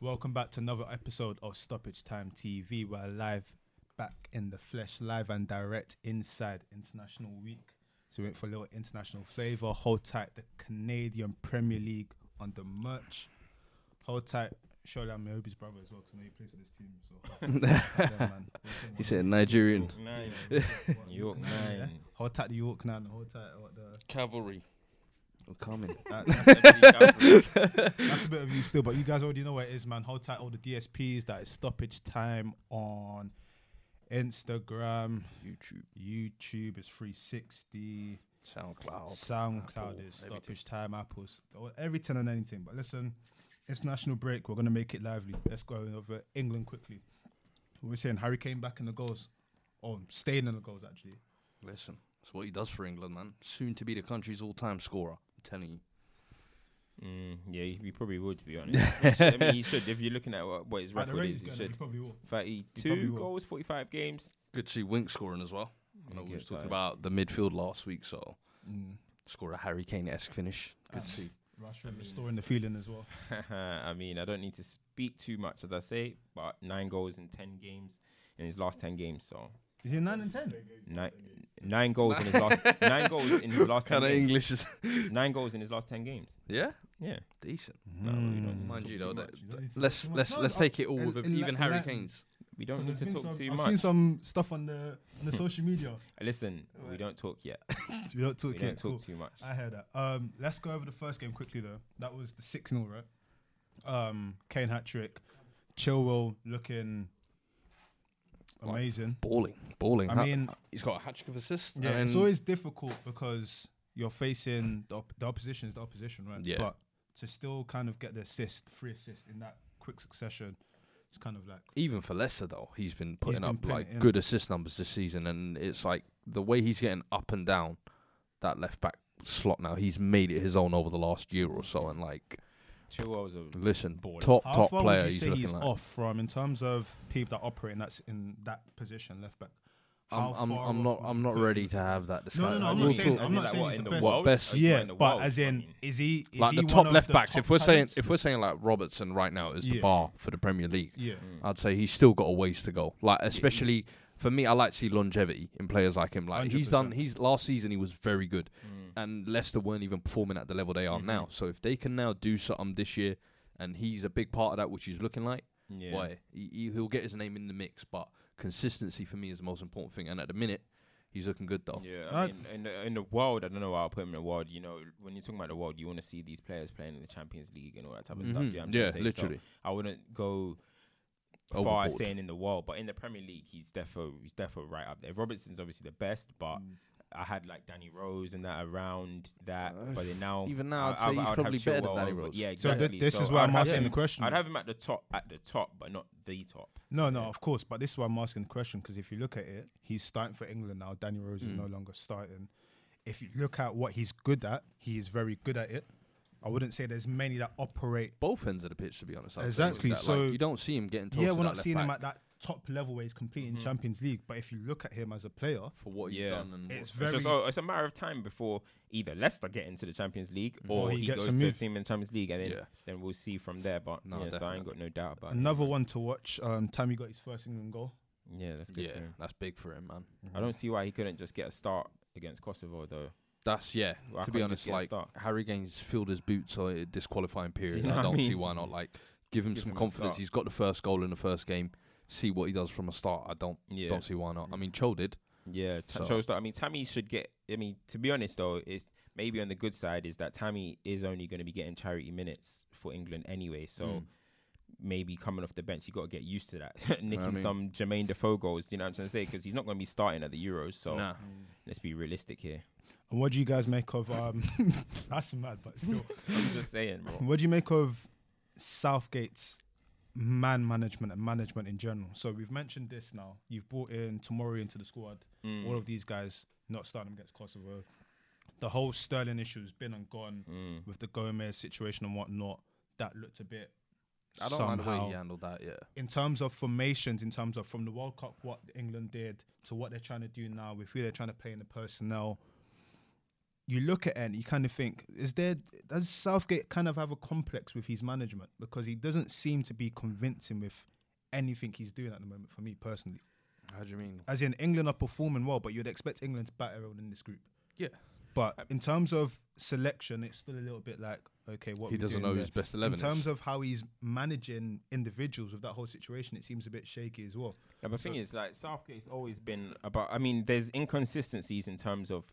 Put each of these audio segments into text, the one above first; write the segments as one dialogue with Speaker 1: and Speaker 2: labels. Speaker 1: Welcome back to another episode of Stoppage Time TV. We're live back in the flesh, live and direct inside International Week. So we went for a little international flavour. Hold tight the Canadian Premier League on the merch. Hold tight. Surely I'm Yobi's brother as well because I know he plays for this team. So Yeah, man.
Speaker 2: You said Nigerian.
Speaker 3: Nine.
Speaker 1: What,
Speaker 3: New York
Speaker 1: Nine, yeah?
Speaker 3: Nine.
Speaker 1: Hold tight the York Nine. and Hold tight what the
Speaker 3: Cavalry.
Speaker 2: We're coming.
Speaker 1: That- that's, a that's a bit of you still, but you guys already know where it is, man. Hold tight all the DSPs. That is stoppage time on Instagram,
Speaker 2: YouTube,
Speaker 1: YouTube is 360,
Speaker 2: SoundCloud.
Speaker 1: SoundCloud is
Speaker 2: everything.
Speaker 1: stoppage time, Apple's everything and anything. But listen, it's national break. We're gonna make it lively. Let's go over England quickly. We're saying Harry came back in the goals, oh, staying in the goals actually.
Speaker 2: Listen, that's what he does for England, man. Soon to be the country's all-time scorer. I'm telling you.
Speaker 3: Mm, yeah, he, he probably would, to be honest. He should- I mean, he should. If you're looking at what, what his
Speaker 1: At the
Speaker 3: record
Speaker 1: rate he's
Speaker 3: is, he
Speaker 1: going,
Speaker 3: should.
Speaker 1: he probably will.
Speaker 3: 32
Speaker 1: will.
Speaker 3: goals, 45 games.
Speaker 2: Good to see Wink scoring as well. I know
Speaker 3: He
Speaker 2: we was
Speaker 3: gets
Speaker 2: talking
Speaker 3: that.
Speaker 2: about the midfield last week, so
Speaker 1: Mm.
Speaker 2: score a Harry Kane-esque finish. Good
Speaker 1: Um,
Speaker 2: to see.
Speaker 1: Rashford restoring the feeling as well.
Speaker 3: I mean, I don't need to speak too much, as I say, but nine goals in 10 games in his last 10 games. So
Speaker 1: Is he nine and ten?
Speaker 3: nine, nine goals in his last nine goals in his last 10
Speaker 2: Kind of
Speaker 3: games.
Speaker 2: English is.
Speaker 3: Nine goals in his last 10 games.
Speaker 2: yeah,
Speaker 3: Yeah.
Speaker 2: decent.
Speaker 3: No, we don't need to
Speaker 2: Mind
Speaker 3: talk
Speaker 2: you,
Speaker 3: too
Speaker 2: though,
Speaker 3: much.
Speaker 2: that-
Speaker 1: Hmm. You don't need to
Speaker 2: let's
Speaker 1: talk too
Speaker 2: let's
Speaker 1: much.
Speaker 2: let's
Speaker 1: No,
Speaker 2: take it all
Speaker 1: in-
Speaker 2: with a-
Speaker 1: in la-
Speaker 2: even
Speaker 1: in
Speaker 2: Harry
Speaker 1: Latin.
Speaker 2: Kane's.
Speaker 3: We don't
Speaker 1: Because there's
Speaker 3: need to
Speaker 1: been
Speaker 3: talk
Speaker 1: some-
Speaker 3: too
Speaker 1: I've
Speaker 3: much.
Speaker 1: seen some stuff on the on the social media.
Speaker 3: Listen, we
Speaker 1: Right.
Speaker 3: don't talk yet.
Speaker 1: We don't talk.
Speaker 3: We don't
Speaker 1: yet, cool.
Speaker 3: talk too much.
Speaker 1: I heard that. Um, let's go over the first game quickly though. That was the six 0 right? Um, Kane hat trick, Chilwell looking
Speaker 2: Like,
Speaker 1: amazing.
Speaker 2: Balling, balling.
Speaker 1: I
Speaker 2: That-
Speaker 1: mean,
Speaker 2: he's got a hat trick of assists.
Speaker 1: yeah, it's
Speaker 2: and-
Speaker 1: always difficult because you're facing the, op- the opposition is the opposition, right?
Speaker 2: Yeah.
Speaker 1: But to still kind of get the assist, free assist in that quick succession, it's kind of like
Speaker 2: even for Leicester though, he's been putting
Speaker 1: been
Speaker 2: up
Speaker 1: putting it in.
Speaker 2: like good assist numbers this season, and it's like the way he's getting up and down that left back slot now. He's made it his own over the last year or so, and like,
Speaker 3: Chilwell's a
Speaker 2: listen,
Speaker 3: Baller.
Speaker 2: top
Speaker 1: How
Speaker 2: top
Speaker 1: far
Speaker 2: player.
Speaker 1: would you
Speaker 2: He's
Speaker 1: say
Speaker 2: looking
Speaker 1: he's
Speaker 2: like.
Speaker 1: off from in terms of people that operate in that's in that position left back?
Speaker 2: I'm
Speaker 1: How
Speaker 2: I'm,
Speaker 1: far
Speaker 2: I'm
Speaker 1: off
Speaker 2: not
Speaker 1: would
Speaker 2: I'm
Speaker 1: you
Speaker 2: not
Speaker 1: put
Speaker 2: ready
Speaker 1: him?
Speaker 2: to have that
Speaker 1: No,
Speaker 2: discussion.
Speaker 1: no, no,
Speaker 2: I
Speaker 1: I'm
Speaker 2: mean,
Speaker 1: not
Speaker 2: we'll
Speaker 1: saying,
Speaker 2: talk-
Speaker 1: I'm
Speaker 3: in
Speaker 1: not
Speaker 3: like
Speaker 1: saying
Speaker 3: what,
Speaker 1: he's
Speaker 3: in
Speaker 1: the
Speaker 3: the
Speaker 1: best.
Speaker 3: world?
Speaker 2: Best-
Speaker 3: Are you
Speaker 1: Uh, yeah,
Speaker 3: in the
Speaker 1: but
Speaker 3: world?
Speaker 1: as in, is he? Is
Speaker 2: like
Speaker 1: he
Speaker 2: the
Speaker 1: one
Speaker 2: top
Speaker 1: of
Speaker 2: left
Speaker 1: the
Speaker 2: backs.
Speaker 1: top
Speaker 2: If we're saying
Speaker 1: talents?
Speaker 2: if we're saying like Robertson right now is
Speaker 1: Yeah.
Speaker 2: the bar for the Premier League,
Speaker 1: yeah,
Speaker 2: I'd say he's still got a ways to go. Like especially for me, I like to see longevity in players like him. Like he's done.
Speaker 1: 100%.
Speaker 2: He's last season he was very good,
Speaker 3: Mm.
Speaker 2: and Leicester weren't even performing at the level
Speaker 3: Mm-hmm.
Speaker 2: they are now. So if they can now do something this year, and he's a big part of that, which he's looking like,
Speaker 3: Yeah.
Speaker 2: boy, he, he- he'll get his name in the mix. But consistency for me is the most important thing. And at the minute, he's looking good though.
Speaker 3: Yeah,
Speaker 1: I-
Speaker 3: I mean, in the, in the world, I don't know why I put him in the world. You know, when you're talking about the world, you want to see these players playing in the Champions League and all that type of stuff.
Speaker 1: Mm-hmm.
Speaker 2: Mhm.
Speaker 3: You know what I'm
Speaker 2: yeah,
Speaker 3: trying to say? So
Speaker 2: literally.
Speaker 3: I wouldn't go far as
Speaker 2: Overboard.
Speaker 3: saying in the world, but in the Premier League, he's defo he's defo right up there. Robertson's obviously the best, but
Speaker 2: Mm.
Speaker 3: I had like Danny Rose and that around that,
Speaker 2: Uh,
Speaker 3: but then now
Speaker 2: even now, I'd say he's
Speaker 3: have
Speaker 2: probably better than
Speaker 3: Chilwell
Speaker 2: Danny
Speaker 3: over-
Speaker 2: Rose.
Speaker 3: Yeah,
Speaker 1: So th-
Speaker 3: exactly.
Speaker 1: this
Speaker 3: So
Speaker 1: is why
Speaker 3: I'd
Speaker 1: I'm
Speaker 3: have
Speaker 1: asking the
Speaker 3: him-
Speaker 1: question.
Speaker 3: I'd have him at the top, at the top, but not the top.
Speaker 1: no, no, of course. But this is why I'm asking the question because if you look at it, he's starting for England now. Danny Rose is
Speaker 2: Hmm.
Speaker 1: no longer starting. If you look at what he's good at, he is very good at it. I wouldn't say there's many that operate.
Speaker 2: Both ends of the pitch, to be honest. I'd say,
Speaker 1: Exactly,
Speaker 2: Like,
Speaker 1: so-
Speaker 2: you don't see him getting.
Speaker 1: yeah,
Speaker 2: toasted
Speaker 1: we're
Speaker 2: at
Speaker 1: not
Speaker 2: left
Speaker 1: seeing him
Speaker 2: back Hmm.
Speaker 1: at that top level where he's completing Champions League. But if you look at him as a player,
Speaker 2: for what he's
Speaker 3: Yeah.
Speaker 2: done. And
Speaker 1: it's
Speaker 2: what-
Speaker 3: It's,
Speaker 1: very
Speaker 3: just, oh, it's a matter of time before either Leicester get into the Champions League or,
Speaker 1: Or he
Speaker 3: he,
Speaker 1: gets
Speaker 3: goes
Speaker 1: a
Speaker 3: to the
Speaker 1: move.
Speaker 3: team in the Champions League, and then,
Speaker 2: Yeah.
Speaker 3: then we'll see from there. But
Speaker 2: No,
Speaker 3: yeah, so I ain't got no doubt about
Speaker 1: Another one to watch. Um, Tammy got his first England goal.
Speaker 3: it. Yeah, that's good.
Speaker 2: yeah, Mm-hmm.
Speaker 3: for him.
Speaker 2: that's big for him, man.
Speaker 3: I don't see why he couldn't just get a start against Kosovo though.
Speaker 2: That's yeah.
Speaker 3: Why
Speaker 2: to
Speaker 3: can't
Speaker 2: be
Speaker 3: you
Speaker 2: honest,
Speaker 3: just get a
Speaker 2: like
Speaker 3: start?
Speaker 2: Harry Kane's filled his boots on a disqualifying period.
Speaker 3: know
Speaker 2: and I
Speaker 3: what I
Speaker 2: don't see
Speaker 3: mean?
Speaker 2: why not. Like, give him
Speaker 3: Give
Speaker 2: some
Speaker 3: him a
Speaker 2: confidence.
Speaker 3: start.
Speaker 2: He's got the first goal in the first game. See what he does from a start. I don't
Speaker 3: Yeah, Mm.
Speaker 2: don't see why not. I mean, Cho did.
Speaker 3: yeah. T-
Speaker 2: So-
Speaker 3: so. I mean, Tammy should get. I mean, to be honest though, it's maybe on the good side is that Tammy is only going to be getting charity minutes for England anyway. So.
Speaker 2: Mm.
Speaker 3: Maybe coming off the bench, you got to get used to that. Nicking
Speaker 2: mean-
Speaker 3: some Jermaine Defoe goals, you know what I'm trying to say? Because he's not going to be starting at the Euros. So
Speaker 2: Nah.
Speaker 3: let's be realistic here.
Speaker 1: And what do you guys make of um that's mad, but still.
Speaker 3: I'm just saying, bro.
Speaker 1: What do you make of Southgate's man management and management in general? So we've mentioned this now. You've brought in Tomori into the squad.
Speaker 3: Mm.
Speaker 1: All of these guys not starting against Kosovo. The whole Sterling issue has been and gone
Speaker 3: Mm.
Speaker 1: with the Gomez situation and whatnot. That looked a bit
Speaker 2: I don't mind the
Speaker 1: somehow
Speaker 2: way he handled that. Yeah.
Speaker 1: in terms of formations, in terms of from the World Cup, what England did to what they're trying to do now, with who they're trying to play in the personnel, you look at it and you kind of think, is there does Southgate kind of have a complex with his management because he doesn't seem to be convincing with anything he's doing at the moment for me personally.
Speaker 2: How do you mean?
Speaker 1: As in England are performing well, but you'd expect England to bat around in this group.
Speaker 2: Yeah.
Speaker 1: But in terms of selection, it's still a little bit like, okay, what
Speaker 2: he
Speaker 1: we
Speaker 2: doesn't
Speaker 1: doing
Speaker 2: know
Speaker 1: there?
Speaker 2: his best eleven.
Speaker 1: in terms of how he's managing individuals with that whole situation, it seems a bit shaky as well.
Speaker 3: Yeah, but the thing is, like Southgate's always been about. I mean, there's inconsistencies in terms of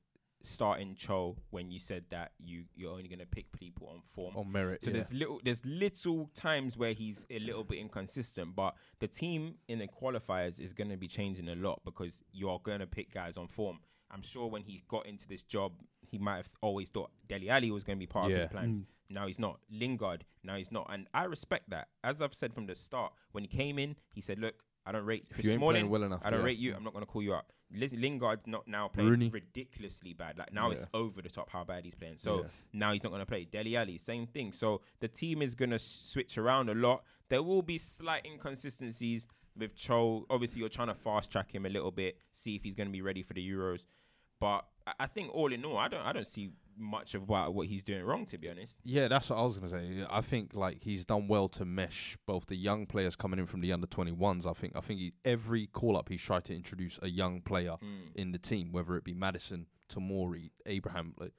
Speaker 3: starting Cho when you said that you you're only going to pick people on form.
Speaker 2: on merit.
Speaker 3: so
Speaker 2: yeah.
Speaker 3: there's little there's little times where he's a little bit inconsistent, but the team in the qualifiers is going to be changing a lot because you are going to pick guys on form. I'm sure when he got into this job, he might have always thought Deli Ali was going to be part of
Speaker 2: Yeah. Mm.
Speaker 3: his plans. Now he's not. Lingard, now he's not. And I respect that. As I've said from the start, when he came in, he said, "Look, I don't rate
Speaker 2: If
Speaker 3: Chris
Speaker 2: you ain't playing
Speaker 3: Smalling.
Speaker 2: well enough,
Speaker 3: I don't
Speaker 2: yeah.
Speaker 3: rate you. I'm not going to call you up." Liz- Lingard's not now playing
Speaker 2: Rooney.
Speaker 3: ridiculously bad. Like now it's
Speaker 2: Yeah.
Speaker 3: over the top how bad he's playing. So
Speaker 2: Yeah.
Speaker 3: now he's not going to play. Deli Ali, same thing. So the team is going to switch around a lot. There will be slight inconsistencies with Cho. Obviously, you're trying to fast track him a little bit, see if he's going to be ready for the Euros. But I- I think all in all, I don't, I don't see much of what what he's doing wrong. To be honest,
Speaker 2: Yeah, that's what I was gonna say. I think like he's done well to mesh both the young players coming in from the under twenty ones. I think I think he, every call up he's tried to introduce a young player in the team, whether it be Madison, Tamori, Abraham. like-